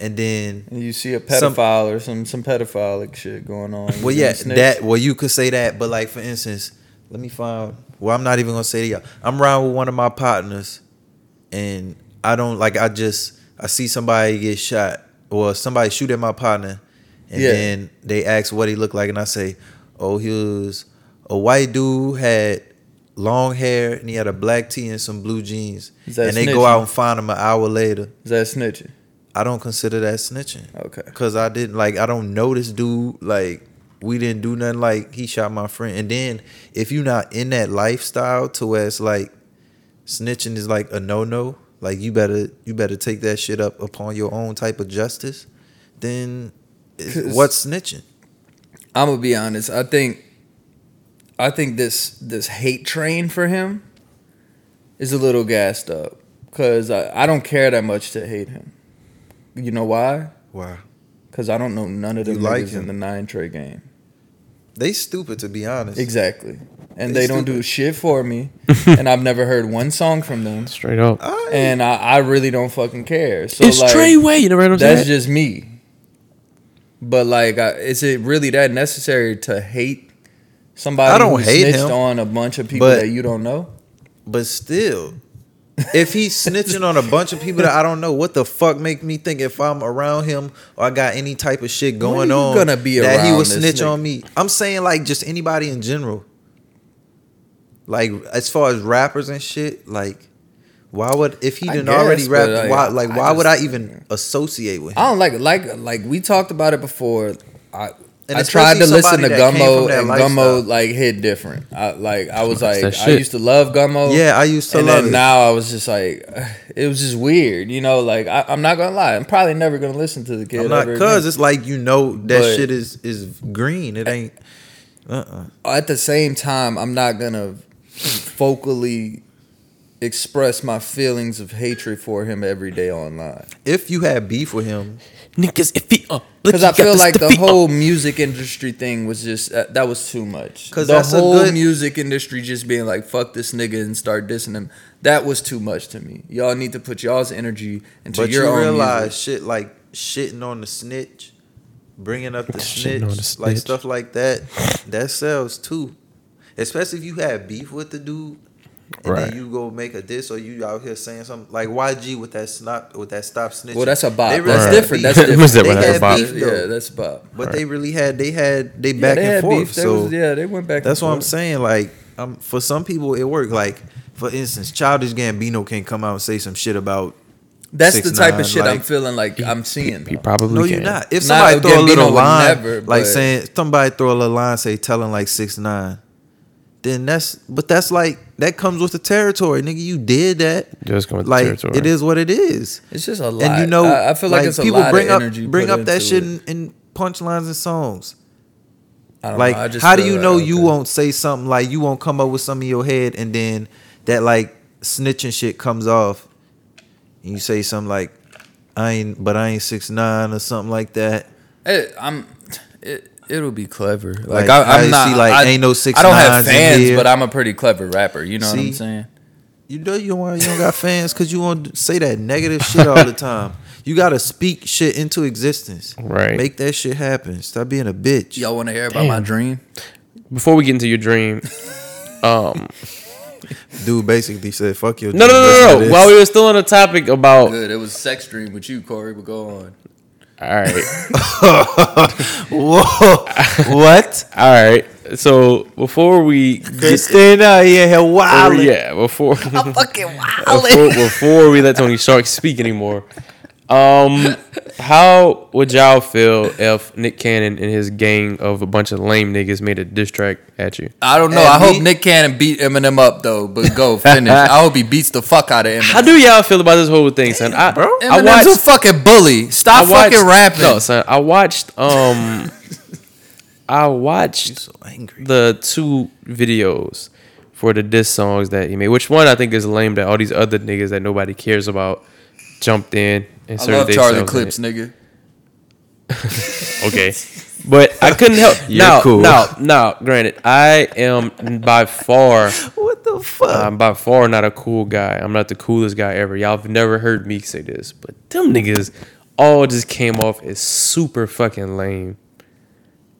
Speaker 2: and then
Speaker 3: And you see a pedophile
Speaker 2: some-
Speaker 3: or some some pedophilic shit going on. you
Speaker 2: Well,
Speaker 3: gonna
Speaker 2: yeah,
Speaker 3: snitch?
Speaker 2: that. Well, you could say that, but like for instance, let me find. Well, I'm not even gonna say to y'all. I'm riding with one of my partners, and I don't like. I just I see somebody get shot, or somebody shoot at my partner, and
Speaker 3: Yeah.
Speaker 2: then they ask what he looked like, and I say, "Oh, he was a white dude had." Long hair and he had a black tee and some blue jeans,
Speaker 3: Is
Speaker 2: and
Speaker 3: that
Speaker 2: they go
Speaker 3: snitching?
Speaker 2: out and find him an hour later.
Speaker 3: is that snitching.
Speaker 2: I don't consider that snitching.
Speaker 3: Okay.
Speaker 2: Cause I didn't like I don't know this dude. Like we didn't do nothing. Like he shot my friend. And then if you're not in that lifestyle to where it's like snitching is like a no no. Like you better you better take that shit up upon your own type of justice. Then it's-
Speaker 3: 'Cause-
Speaker 2: what's snitching?
Speaker 3: I'm gonna be honest. I think, I think this this hate train for him is a little gassed up because I, I don't care that much to hate him. You know why?
Speaker 2: Wow.
Speaker 3: Because I don't know none of the
Speaker 2: You like
Speaker 3: niggas in
Speaker 2: him.
Speaker 3: the nine tray game.
Speaker 2: They stupid to be honest.
Speaker 3: Exactly, and
Speaker 2: They
Speaker 3: they don't do
Speaker 2: stupid.
Speaker 3: shit for me, and I've never heard one song from them,
Speaker 1: Straight up,
Speaker 2: All right.
Speaker 3: and I, I really don't fucking care. So
Speaker 1: it's
Speaker 3: like,
Speaker 1: Treyway. You never heard him say
Speaker 3: that's
Speaker 1: that?
Speaker 3: just me. But like, I, is it really that necessary to hate somebody
Speaker 2: I don't
Speaker 3: who
Speaker 2: hate
Speaker 3: snitched
Speaker 2: him,
Speaker 3: on a bunch of people
Speaker 2: but-
Speaker 3: that you don't know?
Speaker 2: But still, if he's snitching on a bunch of people that I don't know, what the fuck make me think if I'm around him or I got any type of shit going
Speaker 3: you
Speaker 2: on
Speaker 3: gonna be
Speaker 2: that he
Speaker 3: around
Speaker 2: would
Speaker 3: this
Speaker 2: snitch
Speaker 3: nigga?
Speaker 2: on me? I'm saying like just anybody in general. Like as far as rappers and shit, like why would if he
Speaker 3: I
Speaker 2: didn't
Speaker 3: guess,
Speaker 2: already rap?
Speaker 3: but, like,
Speaker 2: why like
Speaker 3: I
Speaker 2: why would I
Speaker 3: just-
Speaker 2: even associate with him?
Speaker 3: I don't like like like we talked about it before. I
Speaker 2: And
Speaker 3: I tried to
Speaker 2: especially
Speaker 3: listen to
Speaker 2: somebody that came
Speaker 3: Gummo
Speaker 2: from that
Speaker 3: and
Speaker 2: lifestyle.
Speaker 3: Gummo like hit different. I like I was
Speaker 1: That's
Speaker 3: like
Speaker 1: that
Speaker 3: I
Speaker 1: shit.
Speaker 3: used to love Gummo.
Speaker 2: Yeah, I used to
Speaker 3: and
Speaker 2: love
Speaker 3: then
Speaker 2: it.
Speaker 3: now I was just like, it was just weird, you know. Like I, I'm not gonna lie, I'm probably never gonna listen to the kid.
Speaker 2: I'm not
Speaker 3: ever again.
Speaker 2: cuz it's like you know that
Speaker 3: But-
Speaker 2: shit is is green. It ain't uh-uh.
Speaker 3: at the same time, I'm not gonna vocally express my feelings of hatred for him every day online
Speaker 2: If you had beef with him,
Speaker 1: Niggas uh, iffy up.
Speaker 3: because I feel like the whole music industry thing was just uh, that was too much.
Speaker 2: 'Cause
Speaker 3: the
Speaker 2: that's a
Speaker 3: whole
Speaker 2: good-
Speaker 3: music industry just being like "fuck this nigga" and start dissing him. That was too much to me. Y'all need to put y'all's energy into
Speaker 2: But
Speaker 3: your
Speaker 2: you
Speaker 3: own
Speaker 2: realize
Speaker 3: music.
Speaker 2: shit like shitting on the snitch, bringing up the
Speaker 1: Shitting
Speaker 2: snitch,
Speaker 1: on the
Speaker 2: like
Speaker 1: snitch.
Speaker 2: stuff like that, that sells too. Especially if you have beef with the dude, and
Speaker 1: Right.
Speaker 2: then you go make a diss or you out here saying something like YG with that snap with that stop snitching.
Speaker 3: Well, that's a bop.
Speaker 2: They
Speaker 3: That's
Speaker 2: had beef.
Speaker 3: different. That's different.
Speaker 1: What's that one?
Speaker 2: They
Speaker 1: That's a
Speaker 2: had
Speaker 1: bop.
Speaker 2: beef though,
Speaker 3: Yeah, that's Bob.
Speaker 2: but they really had they had they back and forth. so
Speaker 3: yeah, they went back.
Speaker 2: that's
Speaker 3: and
Speaker 2: what I'm
Speaker 3: forth.
Speaker 2: saying. Like, um, for some people it worked. Like, for instance, Childish Gambino can come out and say some shit about.
Speaker 3: That's
Speaker 2: Six
Speaker 3: the type
Speaker 2: nine,
Speaker 3: of shit I'm
Speaker 2: like-
Speaker 3: feeling like I'm seeing.
Speaker 1: He
Speaker 3: though.
Speaker 1: probably
Speaker 2: No,
Speaker 1: can.
Speaker 2: you're not. If
Speaker 3: Nah,
Speaker 2: somebody throw a
Speaker 3: Gambino
Speaker 2: little
Speaker 3: would
Speaker 2: line,
Speaker 3: never,
Speaker 2: like
Speaker 3: but-
Speaker 2: saying somebody throw a little line, say telling like six nine, then that's but that's like that comes with the territory, nigga. You did that.
Speaker 1: Just come with the
Speaker 2: like
Speaker 1: territory.
Speaker 2: it is what it is,
Speaker 3: It's just a lot.
Speaker 2: and you know,
Speaker 3: I, I feel like, it's a
Speaker 2: people
Speaker 3: lot
Speaker 2: bring
Speaker 3: of
Speaker 2: up
Speaker 3: energy.
Speaker 2: bring
Speaker 3: put
Speaker 2: up that
Speaker 3: into
Speaker 2: shit
Speaker 3: it.
Speaker 2: in, in punchlines and songs.
Speaker 3: I don't know,
Speaker 2: Like,
Speaker 3: I just
Speaker 2: how do
Speaker 3: feel
Speaker 2: you
Speaker 3: like,
Speaker 2: know you
Speaker 3: okay.
Speaker 2: won't say something like you won't come up with something in your head, and then that like snitching shit comes off, and you say something like, "I ain't," but I ain't six nine or something like that.
Speaker 3: It, I'm. It, it'll be clever. Like,
Speaker 2: Like,
Speaker 3: I,
Speaker 2: I
Speaker 3: I'm
Speaker 2: see,
Speaker 3: not.
Speaker 2: like,
Speaker 3: I,
Speaker 2: ain't no six
Speaker 3: I don't have
Speaker 2: nines in
Speaker 3: fans,
Speaker 2: here.
Speaker 3: but I'm a pretty clever rapper. You know what
Speaker 2: See?
Speaker 3: I'm saying?
Speaker 2: You know you don't, want- you don't got fans because you want to say that negative shit all the time. You gotta speak shit into existence.
Speaker 1: Right.
Speaker 2: Make that shit happen. Stop being a bitch.
Speaker 3: Y'all want to hear about my
Speaker 1: Damn.
Speaker 3: dream?
Speaker 1: Before we get into your dream, um,
Speaker 2: Dude basically said, "Fuck your."
Speaker 1: no, no,
Speaker 2: dream,
Speaker 1: no, no,
Speaker 2: listen to
Speaker 1: no.
Speaker 2: this."
Speaker 1: While we were still on the topic about, all
Speaker 3: Good. It was a sex dream with you, Corey. But go on.
Speaker 1: right,
Speaker 2: Whoa. what?
Speaker 1: all right. So before we get,
Speaker 2: Christina out here, here
Speaker 1: or,
Speaker 2: wilding.
Speaker 1: yeah, before
Speaker 3: Fucking
Speaker 1: before, before we let Tony Shark speak anymore, um, how would y'all feel if Nick Cannon and his gang of a bunch of lame niggas made a diss track at you?
Speaker 3: I don't know.
Speaker 2: And
Speaker 3: I
Speaker 2: me-
Speaker 3: hope Nick Cannon beat Eminem up though. But go finish. I hope he beats the fuck out of Eminem.
Speaker 1: How do y'all feel about this whole thing, son? I,
Speaker 2: bro.
Speaker 1: I
Speaker 3: Eminem's
Speaker 1: watched.
Speaker 3: a fucking bully. Stop fucking rapping.
Speaker 1: No, son. I watched. Um, I watched
Speaker 2: So angry.
Speaker 1: the two videos for the diss songs that he made. Which one I think is lame that all these other niggas that nobody cares about jumped in and
Speaker 3: I
Speaker 1: served
Speaker 3: love
Speaker 1: themselves
Speaker 3: Charlie
Speaker 1: in
Speaker 3: clips,
Speaker 1: it.
Speaker 3: nigga.
Speaker 1: Okay, but I couldn't help.
Speaker 2: You're
Speaker 1: now,
Speaker 2: cool.
Speaker 1: now, now. Granted, I am by far.
Speaker 2: What the fuck?
Speaker 1: I'm by far not a cool guy. I'm not the coolest guy ever. Y'all have never heard me say this, but them niggas all just came off as super fucking lame.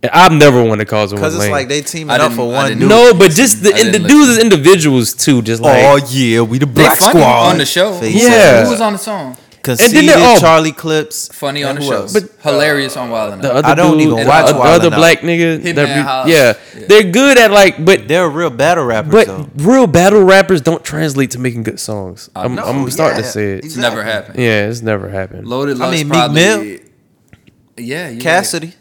Speaker 1: And I've never wanted to cause them
Speaker 2: Because
Speaker 1: lame.
Speaker 2: it's like they teaming
Speaker 3: I
Speaker 2: up
Speaker 3: didn't-
Speaker 2: for
Speaker 3: I
Speaker 2: one
Speaker 3: didn't
Speaker 2: dude.
Speaker 1: no, but just the
Speaker 3: I
Speaker 1: and
Speaker 3: didn't
Speaker 1: the
Speaker 3: listen.
Speaker 1: dudes as individuals too, just like
Speaker 2: oh yeah, we the black
Speaker 3: funny
Speaker 2: squad
Speaker 3: on the show.
Speaker 2: Face
Speaker 1: Yeah.
Speaker 2: ass.
Speaker 3: Who was on the song?
Speaker 2: Conceited,
Speaker 1: And then they oh. all-
Speaker 2: Charlie clips.
Speaker 3: Funny on
Speaker 2: and
Speaker 3: the
Speaker 2: who
Speaker 3: show.
Speaker 2: else?
Speaker 3: But hilarious on Wild and
Speaker 1: the
Speaker 3: Out.
Speaker 1: other
Speaker 2: I don't
Speaker 1: dude,
Speaker 2: even
Speaker 1: and
Speaker 2: watch
Speaker 1: the,
Speaker 2: Wild
Speaker 1: other
Speaker 2: Enough.
Speaker 1: black nigga.
Speaker 3: Hitman
Speaker 1: that be-
Speaker 3: House.
Speaker 1: yeah,
Speaker 3: Yeah.
Speaker 1: they're good at like, but
Speaker 2: They're real battle rappers
Speaker 1: but
Speaker 2: though.
Speaker 1: real battle rappers don't translate to making good songs. I'm,
Speaker 3: no,
Speaker 1: I'm starting
Speaker 2: yeah,
Speaker 1: to say it.
Speaker 2: exactly.
Speaker 3: It's never happened.
Speaker 1: Yeah, it's never happened.
Speaker 3: Loaded
Speaker 2: I
Speaker 3: Love's
Speaker 2: mean, Meek
Speaker 3: probably.
Speaker 2: Mill.
Speaker 3: Yeah, you're
Speaker 2: Cassidy.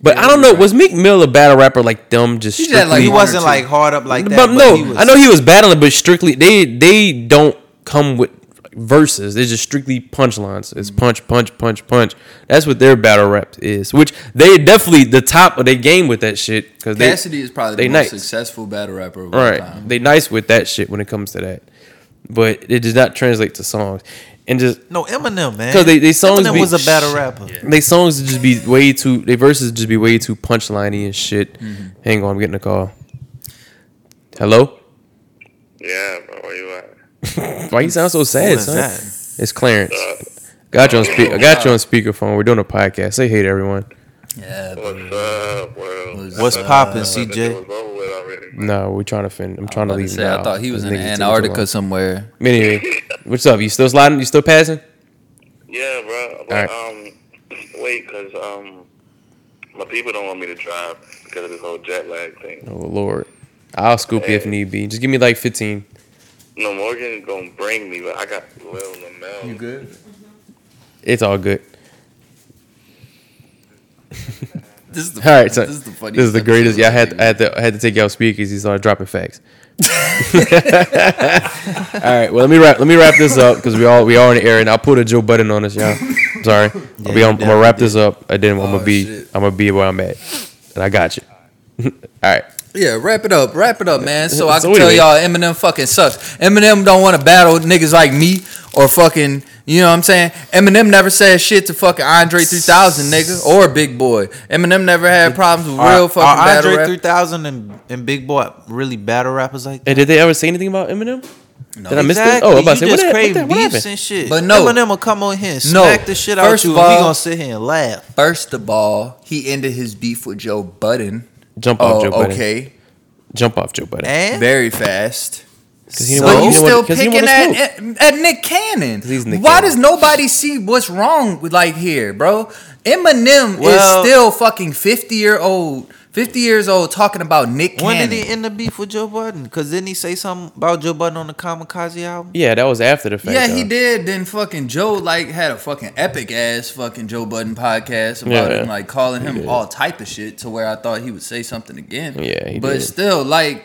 Speaker 1: But I don't know. Was Meek Mill a battle rapper like them? Just
Speaker 3: He had, like,
Speaker 1: strictly-
Speaker 2: He
Speaker 3: one or
Speaker 2: wasn't
Speaker 3: two.
Speaker 2: like hard up like that.
Speaker 1: but, no,
Speaker 2: he was-
Speaker 1: I know he was battling, but strictly they they don't come with verses. They're just strictly punchlines. It's
Speaker 2: Mm-hmm.
Speaker 1: punch, punch, punch, punch. That's what their battle rap is. Which they definitely the top of their game with that shit because
Speaker 3: Right. Cassidy is probably
Speaker 1: they
Speaker 3: the most
Speaker 1: nice.
Speaker 3: successful battle rapper of all
Speaker 1: right.
Speaker 3: time.
Speaker 1: They nice with that shit when it comes to that, but it does not translate to songs. And just
Speaker 2: No, Eminem, man.
Speaker 1: 'Cause they- they songs
Speaker 2: Eminem
Speaker 1: be-
Speaker 2: was a battle rapper.
Speaker 1: they songs just be way too. They verses just be way too punchliney and shit.
Speaker 2: Mm-hmm.
Speaker 1: Hang on, I'm getting a call. Hello.
Speaker 4: Yeah, bro, where you at?
Speaker 1: Why you sound so
Speaker 2: Who
Speaker 1: sad,
Speaker 2: is
Speaker 1: son?
Speaker 2: that?
Speaker 1: It's Clarence. Got you on speak. I got you on speakerphone. We're doing a podcast. Say hey to everyone.
Speaker 3: Yeah, bro.
Speaker 4: What's up, world?
Speaker 2: What's
Speaker 3: Uh,
Speaker 2: poppin',
Speaker 4: That shit
Speaker 2: CJ?
Speaker 4: was over with already.
Speaker 1: No, we're trying to fin. I'm trying to
Speaker 3: About to
Speaker 1: leave
Speaker 3: say,
Speaker 1: now.
Speaker 3: I thought he was
Speaker 1: This
Speaker 3: in
Speaker 1: nigga's taking too
Speaker 3: Antarctica
Speaker 1: long.
Speaker 3: somewhere.
Speaker 1: Anyway, what's up? You still sliding? You still passing?
Speaker 4: Yeah, bro. But, um, wait, because um, my people don't want me to drive because of this whole jet lag thing.
Speaker 1: Oh Lord, I'll scoop you if need be. Just give me like 15.
Speaker 4: No, Morgan gonna bring me, but I got Lil Lamel.
Speaker 3: good?
Speaker 1: It's all good.
Speaker 3: This is the,
Speaker 1: All right, so
Speaker 3: this is the funniest.
Speaker 1: greatest.
Speaker 3: episode
Speaker 1: Yeah, I had
Speaker 3: of
Speaker 1: I had to I had to take y'all speak because he started dropping facts. all right, well let me wrap let me wrap this up because we all we all in the air and I put a Joe Budden on us, y'all. I'm sorry, I'll be on,
Speaker 2: you
Speaker 1: I'm gonna
Speaker 2: definitely
Speaker 1: wrap this up and then I'm
Speaker 3: Oh,
Speaker 1: gonna be
Speaker 3: shit.
Speaker 1: I'm gonna be where I'm at, and I got you. all right,
Speaker 3: Yeah, wrap it up, wrap it up, man. So I
Speaker 1: So
Speaker 3: can tell
Speaker 1: anyway.
Speaker 3: y'all Eminem fucking sucks. Eminem don't want to battle niggas like me or fucking, you know what I'm saying? Eminem never said shit to fucking Andre 3000, nigga, or Big Boy. Eminem never had problems with real
Speaker 2: Are-
Speaker 3: fucking
Speaker 2: are
Speaker 3: battle
Speaker 2: Andre
Speaker 3: rap.
Speaker 2: 3000 and, and Big Boy really battle rappers like that?
Speaker 1: and did they ever say anything about Eminem?
Speaker 3: No.
Speaker 1: Did I miss that?
Speaker 2: Exactly.
Speaker 1: Oh, I'm about to say
Speaker 2: you
Speaker 1: what,
Speaker 2: just
Speaker 1: the- what,
Speaker 2: crave
Speaker 1: the- what
Speaker 2: beefs
Speaker 1: happened?
Speaker 2: and shit.
Speaker 3: But no.
Speaker 2: Eminem will come on here and
Speaker 3: No.
Speaker 2: smack the shit out
Speaker 3: First
Speaker 2: you,
Speaker 3: of
Speaker 2: and we
Speaker 3: all-
Speaker 2: gonna sit here and laugh.
Speaker 3: First of all, he ended his beef with Joe Budden.
Speaker 1: Jump off Joe
Speaker 3: Oh,
Speaker 1: Budden.
Speaker 3: okay.
Speaker 1: Jump off Joe Budden.
Speaker 2: And
Speaker 3: Very fast.
Speaker 1: 'Cause he didn't
Speaker 3: But
Speaker 1: want- he
Speaker 3: you
Speaker 1: didn't want-
Speaker 3: still
Speaker 1: 'cause he didn't
Speaker 3: picking
Speaker 1: want to
Speaker 3: at, at Nick Cannon.
Speaker 1: 'Cause he's Nick
Speaker 3: Why
Speaker 1: Cannon.
Speaker 3: does nobody see what's wrong with like here, bro? Eminem
Speaker 2: Well-
Speaker 3: is still fucking fifty year old, fifty years old talking about Nick
Speaker 2: when
Speaker 3: Cannon.
Speaker 2: did he end the beef with Joe Budden? Because didn't he say something about Joe Budden on the Kamikaze album?
Speaker 1: Yeah, that was after the fact.
Speaker 3: yeah, he
Speaker 1: though.
Speaker 3: did. Then fucking Joe like had a fucking epic ass fucking Joe Budden podcast about
Speaker 1: Yeah.
Speaker 3: him like calling
Speaker 1: He
Speaker 3: him
Speaker 1: did.
Speaker 3: all type of shit to where I thought he would say something again.
Speaker 1: Yeah, he
Speaker 3: but
Speaker 1: did.
Speaker 3: still like.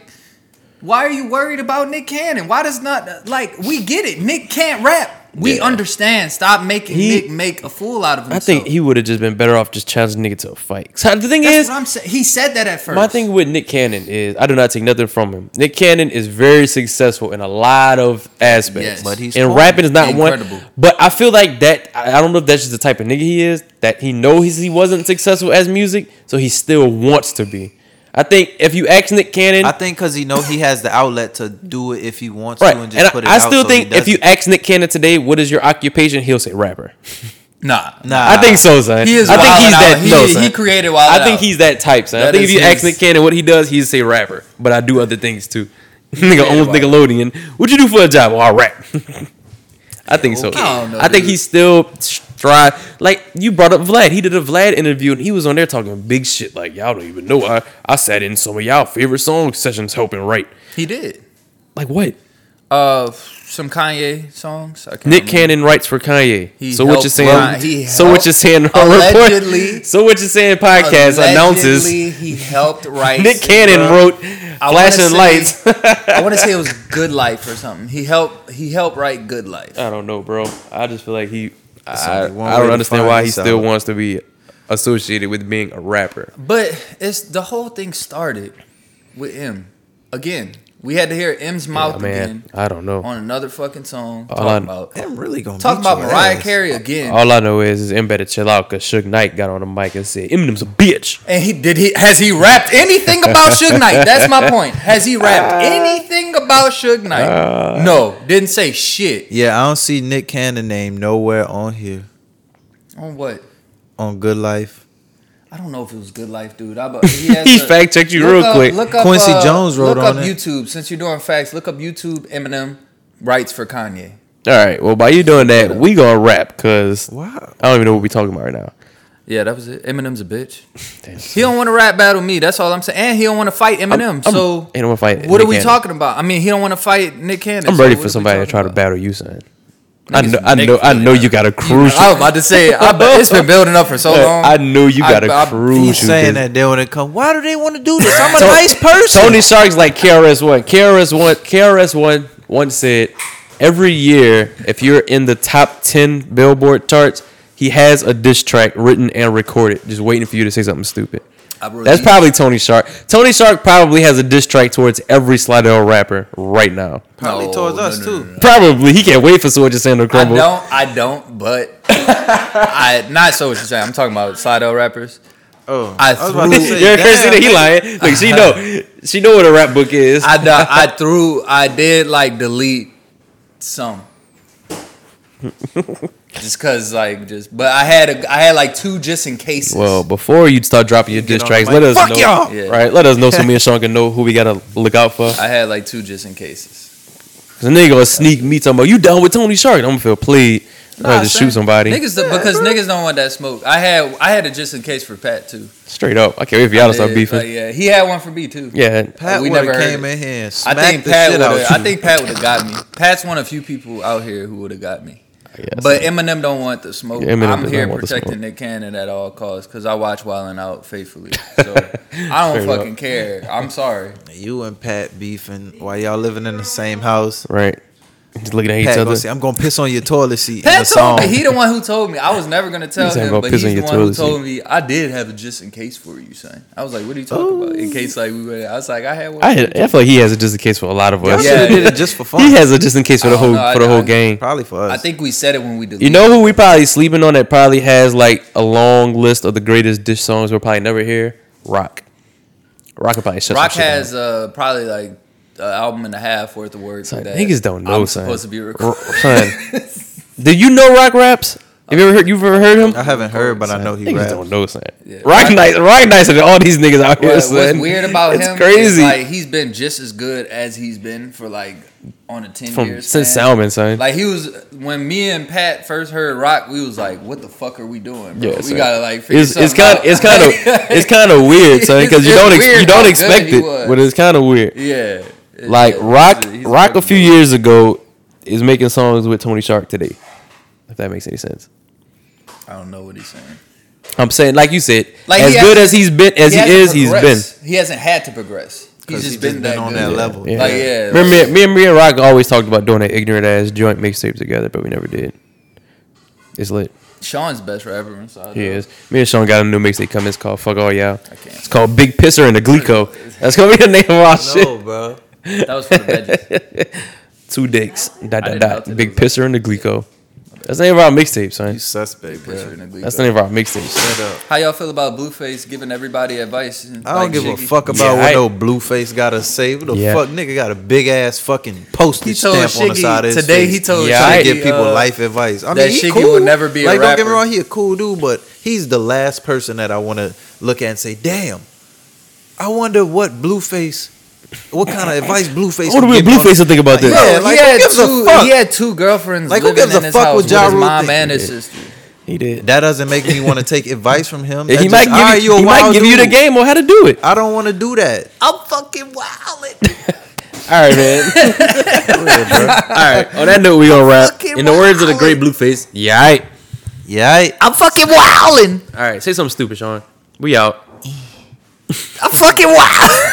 Speaker 3: Why are you worried about Nick Cannon? Why does not like we get it? Nick can't rap. We
Speaker 1: Yeah.
Speaker 3: understand. Stop making
Speaker 1: He-
Speaker 3: Nick make a fool out of
Speaker 1: I
Speaker 3: himself.
Speaker 1: think he would have just been better off just challenging nigga to a fight. 'Cause the thing
Speaker 3: That's
Speaker 1: is,
Speaker 3: what I'm saying. He said that at first.
Speaker 1: My thing with Nick Cannon is I do not take nothing from him. Nick Cannon is very successful in a lot of aspects.
Speaker 3: Yes. But
Speaker 2: he's
Speaker 1: and
Speaker 2: smart.
Speaker 1: rapping is not
Speaker 3: Incredible.
Speaker 1: one. But I feel like that I I don't know if that's just the type of nigga he is that he knows he wasn't successful as music, so he still wants to be. I think if you ask Nick Cannon,
Speaker 2: I think because he know he has the outlet to do it if he wants
Speaker 1: right?
Speaker 2: to and
Speaker 1: And,
Speaker 2: just
Speaker 1: I,
Speaker 2: put it
Speaker 1: I
Speaker 2: out
Speaker 1: still
Speaker 2: so he
Speaker 1: think if
Speaker 2: does
Speaker 1: you
Speaker 2: it.
Speaker 1: ask Nick Cannon today, what is your occupation? He'll say rapper.
Speaker 3: Nah,
Speaker 2: nah,
Speaker 1: I think so, son.
Speaker 3: He is.
Speaker 1: I think
Speaker 3: Wild
Speaker 1: he's
Speaker 3: N'
Speaker 1: that.
Speaker 3: Out. He,
Speaker 1: no,
Speaker 3: he
Speaker 1: son.
Speaker 3: created Wild.
Speaker 1: I
Speaker 3: N'
Speaker 1: think
Speaker 3: Out.
Speaker 1: he's that type, son. I
Speaker 3: That
Speaker 1: think if
Speaker 3: is
Speaker 1: you ask
Speaker 3: his-
Speaker 1: Nick Cannon what he does, he'd say rapper. But I do other things too. Nigga
Speaker 3: Yeah,
Speaker 1: owns
Speaker 3: right.
Speaker 1: Nickelodeon. What you do for a job? Well, I rap. I think so.
Speaker 3: okay. I don't know,
Speaker 1: I think
Speaker 3: dude.
Speaker 1: he still try. Like you brought up Vlad. He did a Vlad interview and he was on there talking big shit. Like y'all don't even know. I I sat in some of y'all favorite song sessions helping write.
Speaker 3: He did.
Speaker 1: Like what?
Speaker 3: Uh, some Kanye songs. I can't
Speaker 1: Nick
Speaker 3: remember.
Speaker 1: Cannon writes for Kanye.
Speaker 3: He
Speaker 1: so what
Speaker 3: helped
Speaker 1: you saying?
Speaker 3: Kanye- he
Speaker 1: so what
Speaker 3: helped-
Speaker 1: you saying? our report-
Speaker 3: Allegedly-
Speaker 1: So what you saying? Podcast announces
Speaker 3: Allegedly, he helped write.
Speaker 1: Nick Cannon
Speaker 3: bro.
Speaker 1: wrote
Speaker 3: wanna
Speaker 1: "Flashing
Speaker 3: say-
Speaker 1: Lights."
Speaker 3: I want to say it was Good Life or something. He helped. He helped write Good Life.
Speaker 1: I don't know, bro. I just feel like he. I, I
Speaker 2: only one way
Speaker 1: don't
Speaker 2: to
Speaker 1: understand
Speaker 2: find
Speaker 1: why he
Speaker 2: this
Speaker 1: still
Speaker 2: out.
Speaker 1: wants to be associated with being a rapper.
Speaker 3: But it's the whole thing started with M. Again, we had to hear M's mouth
Speaker 1: Yeah, man,
Speaker 3: again
Speaker 1: I don't know.
Speaker 3: on another fucking song.
Speaker 1: All I-
Speaker 3: talking about
Speaker 2: I'm really gonna
Speaker 3: talking
Speaker 2: beat
Speaker 3: about
Speaker 2: your
Speaker 3: Mariah
Speaker 2: ass.
Speaker 3: Carey again.
Speaker 1: All I know is, is M better chill out because Suge Knight got on the mic and said, "Eminem's a bitch."
Speaker 3: And he did he has he rapped anything about Suge Knight? That's my point. Has he rapped anything about Suge Knight?
Speaker 1: uh,
Speaker 3: no, didn't say shit.
Speaker 2: Yeah, I don't see Nick Cannon name nowhere on here
Speaker 3: On what?
Speaker 2: on Good Life.
Speaker 3: I don't know if it was Good Life, dude. I, but he has
Speaker 1: He
Speaker 3: a-
Speaker 1: fact checked you
Speaker 3: look
Speaker 1: real
Speaker 3: up-
Speaker 1: quick.
Speaker 3: Look up,
Speaker 2: Quincy
Speaker 3: uh,
Speaker 2: Jones wrote
Speaker 3: look
Speaker 2: on
Speaker 3: up
Speaker 2: it.
Speaker 3: YouTube. Since you're doing facts, look up YouTube. Eminem writes for Kanye.
Speaker 1: All right. Well, by you doing that, we gonna rap because
Speaker 2: Wow.
Speaker 1: I don't even know what we talking about right now.
Speaker 3: Yeah, that was it. Eminem's a bitch. He don't want to rap battle me. That's all I'm saying. And he don't want to fight Eminem.
Speaker 1: I'm-
Speaker 3: so
Speaker 1: he don't wanna fight
Speaker 3: What
Speaker 1: Nick
Speaker 3: are we
Speaker 1: Cannon.
Speaker 3: talking about? I mean, he don't want to fight Nick Cannon.
Speaker 1: I'm
Speaker 3: so
Speaker 1: ready
Speaker 3: what are
Speaker 1: for
Speaker 3: we
Speaker 1: somebody to
Speaker 3: talking
Speaker 1: try to
Speaker 3: about?
Speaker 1: battle you, son. I
Speaker 3: Niggas
Speaker 1: know, I
Speaker 3: Nick
Speaker 1: know, I
Speaker 3: Fury,
Speaker 1: know
Speaker 3: man.
Speaker 1: you got a crucial.
Speaker 3: I was about to say. I, bet it's been building up for so long.
Speaker 1: I knew you
Speaker 3: I-
Speaker 1: got a
Speaker 3: I-
Speaker 1: crucial.
Speaker 2: He's saying
Speaker 1: dude.
Speaker 2: that they want to come. Why do they want to do this? I'm a
Speaker 1: Tony-
Speaker 2: nice person.
Speaker 1: Tony Shark's like KRS One. KRS One. KRS One once said, every year if you're in the top ten Billboard charts, he has a diss track written and recorded, just waiting for you to say something stupid.
Speaker 3: I really-
Speaker 1: That's probably Tony Shark. Tony Shark probably has a diss track towards every Slidell rapper right now.
Speaker 2: probably
Speaker 3: No,
Speaker 2: towards
Speaker 3: Oh, no,
Speaker 2: us
Speaker 3: no,
Speaker 2: too.
Speaker 3: no,
Speaker 1: Probably he can't wait for Soldier Sam to
Speaker 3: I
Speaker 1: crumble.
Speaker 3: don't. I don't. But I not so what you're saying. I'm talking about Slido rappers.
Speaker 2: Oh,
Speaker 3: I
Speaker 2: was about
Speaker 3: threw-
Speaker 2: to
Speaker 1: You're a
Speaker 2: say,
Speaker 1: Christina,
Speaker 2: damn,
Speaker 1: he lying. Look, she know, she know what a rap book is.
Speaker 3: I, d- I threw. I did like delete some. just cause like just, but I had a I had like two just in cases.
Speaker 1: Well, before you start dropping your diss
Speaker 2: on
Speaker 1: tracks,
Speaker 2: the
Speaker 1: let us
Speaker 2: mic. Fuck
Speaker 1: know.
Speaker 2: y'all!
Speaker 3: Yeah.
Speaker 1: Right, let us know so me and Sean can know who we gotta look out for.
Speaker 3: I had like two just in cases.
Speaker 1: Cause a nigga gonna sneak me talking about you down with Tony Shark. I'm gonna feel played. I'm
Speaker 3: Nah,
Speaker 1: gonna just
Speaker 3: son.
Speaker 1: shoot somebody.
Speaker 3: Niggas don't- because niggas don't want that smoke. I had I had a just in case for Pat too.
Speaker 1: Straight up. I can't wait for y'all to start
Speaker 3: Yeah,
Speaker 1: beefing.
Speaker 3: like, yeah, he had one for me too.
Speaker 1: yeah.
Speaker 2: Pat
Speaker 3: We
Speaker 2: would have
Speaker 3: never heard
Speaker 2: came
Speaker 3: it.
Speaker 2: in here and
Speaker 3: I
Speaker 2: smacked
Speaker 3: think
Speaker 2: the
Speaker 3: Pat
Speaker 2: shit
Speaker 3: would
Speaker 2: out
Speaker 3: have. I
Speaker 2: you.
Speaker 3: think Pat would have got me. Pat's one of few people out here who would have got me.
Speaker 1: yeah
Speaker 3: But
Speaker 1: so-
Speaker 3: Eminem don't want the smoke.
Speaker 1: Yeah, Eminem
Speaker 3: I'm
Speaker 1: does
Speaker 3: here
Speaker 1: not want the
Speaker 3: protecting
Speaker 1: smoke.
Speaker 3: Nick Cannon at all costs because I watch Wildin' Out faithfully. So I don't
Speaker 1: Straight up.
Speaker 3: fucking care. I'm sorry.
Speaker 2: you and Pat beefing while y'all living in the same house.
Speaker 1: right. Just looking at each
Speaker 2: Pat
Speaker 1: other.
Speaker 2: gonna say, "I'm gonna piss on your toilet seat." in
Speaker 3: Pat
Speaker 2: the
Speaker 3: told
Speaker 2: song.
Speaker 3: me he the one who told me. I was never gonna tell
Speaker 1: said,
Speaker 3: him,
Speaker 1: "Go
Speaker 3: but
Speaker 1: piss
Speaker 3: he's
Speaker 1: on
Speaker 3: the
Speaker 1: your
Speaker 3: one who
Speaker 1: toilet
Speaker 3: told me I did have a just in case for you, son. I was like, what are you talking about? In case like we were, I was like, I had one.
Speaker 1: I, had- I feel like he has it just in case for a lot of
Speaker 2: Y'all
Speaker 1: us.
Speaker 3: Yeah.
Speaker 2: should have did it just for fun.
Speaker 1: He has it just in case for the
Speaker 3: I
Speaker 1: whole
Speaker 3: don't know,
Speaker 1: for the
Speaker 3: I-
Speaker 1: whole
Speaker 3: I-
Speaker 1: game.
Speaker 2: Probably for us.
Speaker 3: I think we said it when we deleted.
Speaker 1: You know who we probably sleeping on that probably has like a long list of the greatest dish songs we'll probably never hear? Rock. Rock probably shut some
Speaker 3: Rock
Speaker 1: shit down.
Speaker 3: has uh, probably like an album and a half worth of words.
Speaker 1: Son,
Speaker 3: that
Speaker 1: niggas don't know,
Speaker 3: I'm
Speaker 1: son.
Speaker 3: supposed to be
Speaker 1: R-
Speaker 3: recording.
Speaker 1: son. Do you know Rock raps? Have you ever heard? You've ever heard him?
Speaker 2: I haven't heard, but I know he
Speaker 1: niggas
Speaker 2: raps.
Speaker 1: don't know, son.
Speaker 3: Yeah.
Speaker 1: Rock Knight, Rock Knight, and all these niggas out here.
Speaker 3: But what's
Speaker 1: son.
Speaker 3: weird about
Speaker 1: it's
Speaker 3: him? Is
Speaker 1: Crazy.
Speaker 3: like he's been just as good as he's been for like on a ten
Speaker 1: From
Speaker 3: years
Speaker 1: since Salmon, son.
Speaker 3: Like he was when me and Pat first heard rock, we was like, "What the fuck are we doing?" Bro?
Speaker 1: Yeah,
Speaker 3: we
Speaker 1: son.
Speaker 3: gotta like figure
Speaker 1: it's it's
Speaker 3: something
Speaker 1: kind
Speaker 3: out.
Speaker 1: it's kind of it's kind of weird, son, because you
Speaker 3: It's
Speaker 1: don't ex-
Speaker 3: weird
Speaker 1: you don't
Speaker 3: how
Speaker 1: expect
Speaker 3: good he
Speaker 1: it,
Speaker 3: was.
Speaker 1: but it's kind of weird.
Speaker 3: yeah. It's-
Speaker 1: Like
Speaker 3: it's-
Speaker 1: Rock,
Speaker 3: he's
Speaker 1: Rock a few
Speaker 3: fucking-
Speaker 1: years ago is making songs with Tony Shark today. If that makes any sense,
Speaker 3: I don't know what he's saying.
Speaker 1: I'm saying like you said,
Speaker 3: Like,
Speaker 1: as
Speaker 3: he
Speaker 1: good
Speaker 3: has-
Speaker 1: as he's been as he,
Speaker 3: hasn't
Speaker 1: is, he's been.
Speaker 3: progressed. He hasn't had to progress. He's
Speaker 2: 'Cause
Speaker 3: just been, that
Speaker 2: on
Speaker 3: good.
Speaker 2: that
Speaker 1: Yeah,
Speaker 2: level.
Speaker 1: yeah.
Speaker 3: Like yeah,
Speaker 1: Remember, me, me and me and Rock always talked about doing that ignorant ass joint mixtape together, but we never did. It's lit.
Speaker 3: Sean's best rapper. I'm sorry.
Speaker 1: He is. Me and Sean got a new mixtape coming. It's called Fuck All Y'all.
Speaker 3: can't.
Speaker 1: It's called Big Pisser and the Glico. That's gonna be the name of our shit.
Speaker 2: No, bro.
Speaker 3: That was for the veggies.
Speaker 1: Two dicks. Dot
Speaker 3: I
Speaker 1: dot
Speaker 3: didn't know
Speaker 1: dot.
Speaker 3: that
Speaker 1: Big
Speaker 3: was-
Speaker 1: Pisser and the Glico. That's the name of our mixtape, son.
Speaker 2: You suspect,
Speaker 3: Put you
Speaker 2: bro.
Speaker 3: in a glee
Speaker 1: That's the
Speaker 3: club.
Speaker 1: name of our mixtape.
Speaker 2: Shut up.
Speaker 3: How y'all feel about Blueface giving everybody advice? and,
Speaker 2: I don't
Speaker 3: like,
Speaker 2: give
Speaker 3: Shiggy?
Speaker 2: a fuck about
Speaker 1: Yeah,
Speaker 2: what
Speaker 1: I-
Speaker 2: no blue face gotta say. What the
Speaker 1: Yeah.
Speaker 2: fuck, nigga got a big ass fucking postage
Speaker 3: told
Speaker 2: stamp on the
Speaker 3: Shiggy-
Speaker 2: side of his
Speaker 3: today
Speaker 2: face
Speaker 3: he told
Speaker 1: Yeah,
Speaker 2: trying
Speaker 1: I-
Speaker 2: to give
Speaker 3: Shiggy,
Speaker 2: people
Speaker 3: uh,
Speaker 2: life advice. I
Speaker 3: that
Speaker 2: mean, he
Speaker 3: Shiggy
Speaker 2: cool.
Speaker 3: would never be a
Speaker 2: like, don't get me
Speaker 3: rapper.
Speaker 2: wrong, he a cool dude, but he's the last person that I want to look at and say, "Damn, I wonder what Blueface, what kind of advice Blueface."
Speaker 1: I wonder
Speaker 2: would
Speaker 1: what
Speaker 2: give me on-
Speaker 1: Blueface would think about this.
Speaker 2: Yeah,
Speaker 3: Yo,
Speaker 2: like,
Speaker 3: he,
Speaker 2: who
Speaker 3: had
Speaker 2: gives a
Speaker 3: two,
Speaker 2: fuck?
Speaker 3: he had two girlfriends
Speaker 2: Like, who
Speaker 3: living
Speaker 2: gives
Speaker 3: in
Speaker 2: a
Speaker 3: his
Speaker 2: fuck
Speaker 3: house
Speaker 2: what
Speaker 3: with
Speaker 2: Ja
Speaker 3: his
Speaker 2: Rule
Speaker 3: mom
Speaker 2: think?
Speaker 3: and his sister.
Speaker 1: He did.
Speaker 2: That doesn't make me want to take advice from him.
Speaker 1: Yeah,
Speaker 2: That
Speaker 1: he
Speaker 2: just,
Speaker 1: might give,
Speaker 2: "All right,
Speaker 1: you,
Speaker 2: a
Speaker 1: he might
Speaker 2: wild
Speaker 1: give you the
Speaker 2: dude."
Speaker 1: game on how to do it.
Speaker 2: I don't want to do that.
Speaker 3: I'm fucking wild.
Speaker 1: All right, man. All right. On that note, we gonna wrap. In the words of the great Blueface, yeah. All right.
Speaker 2: Yeah, I-
Speaker 3: I'm fucking wilding.
Speaker 1: All right. Say something stupid, Sean. We out.
Speaker 3: I'm fucking wild.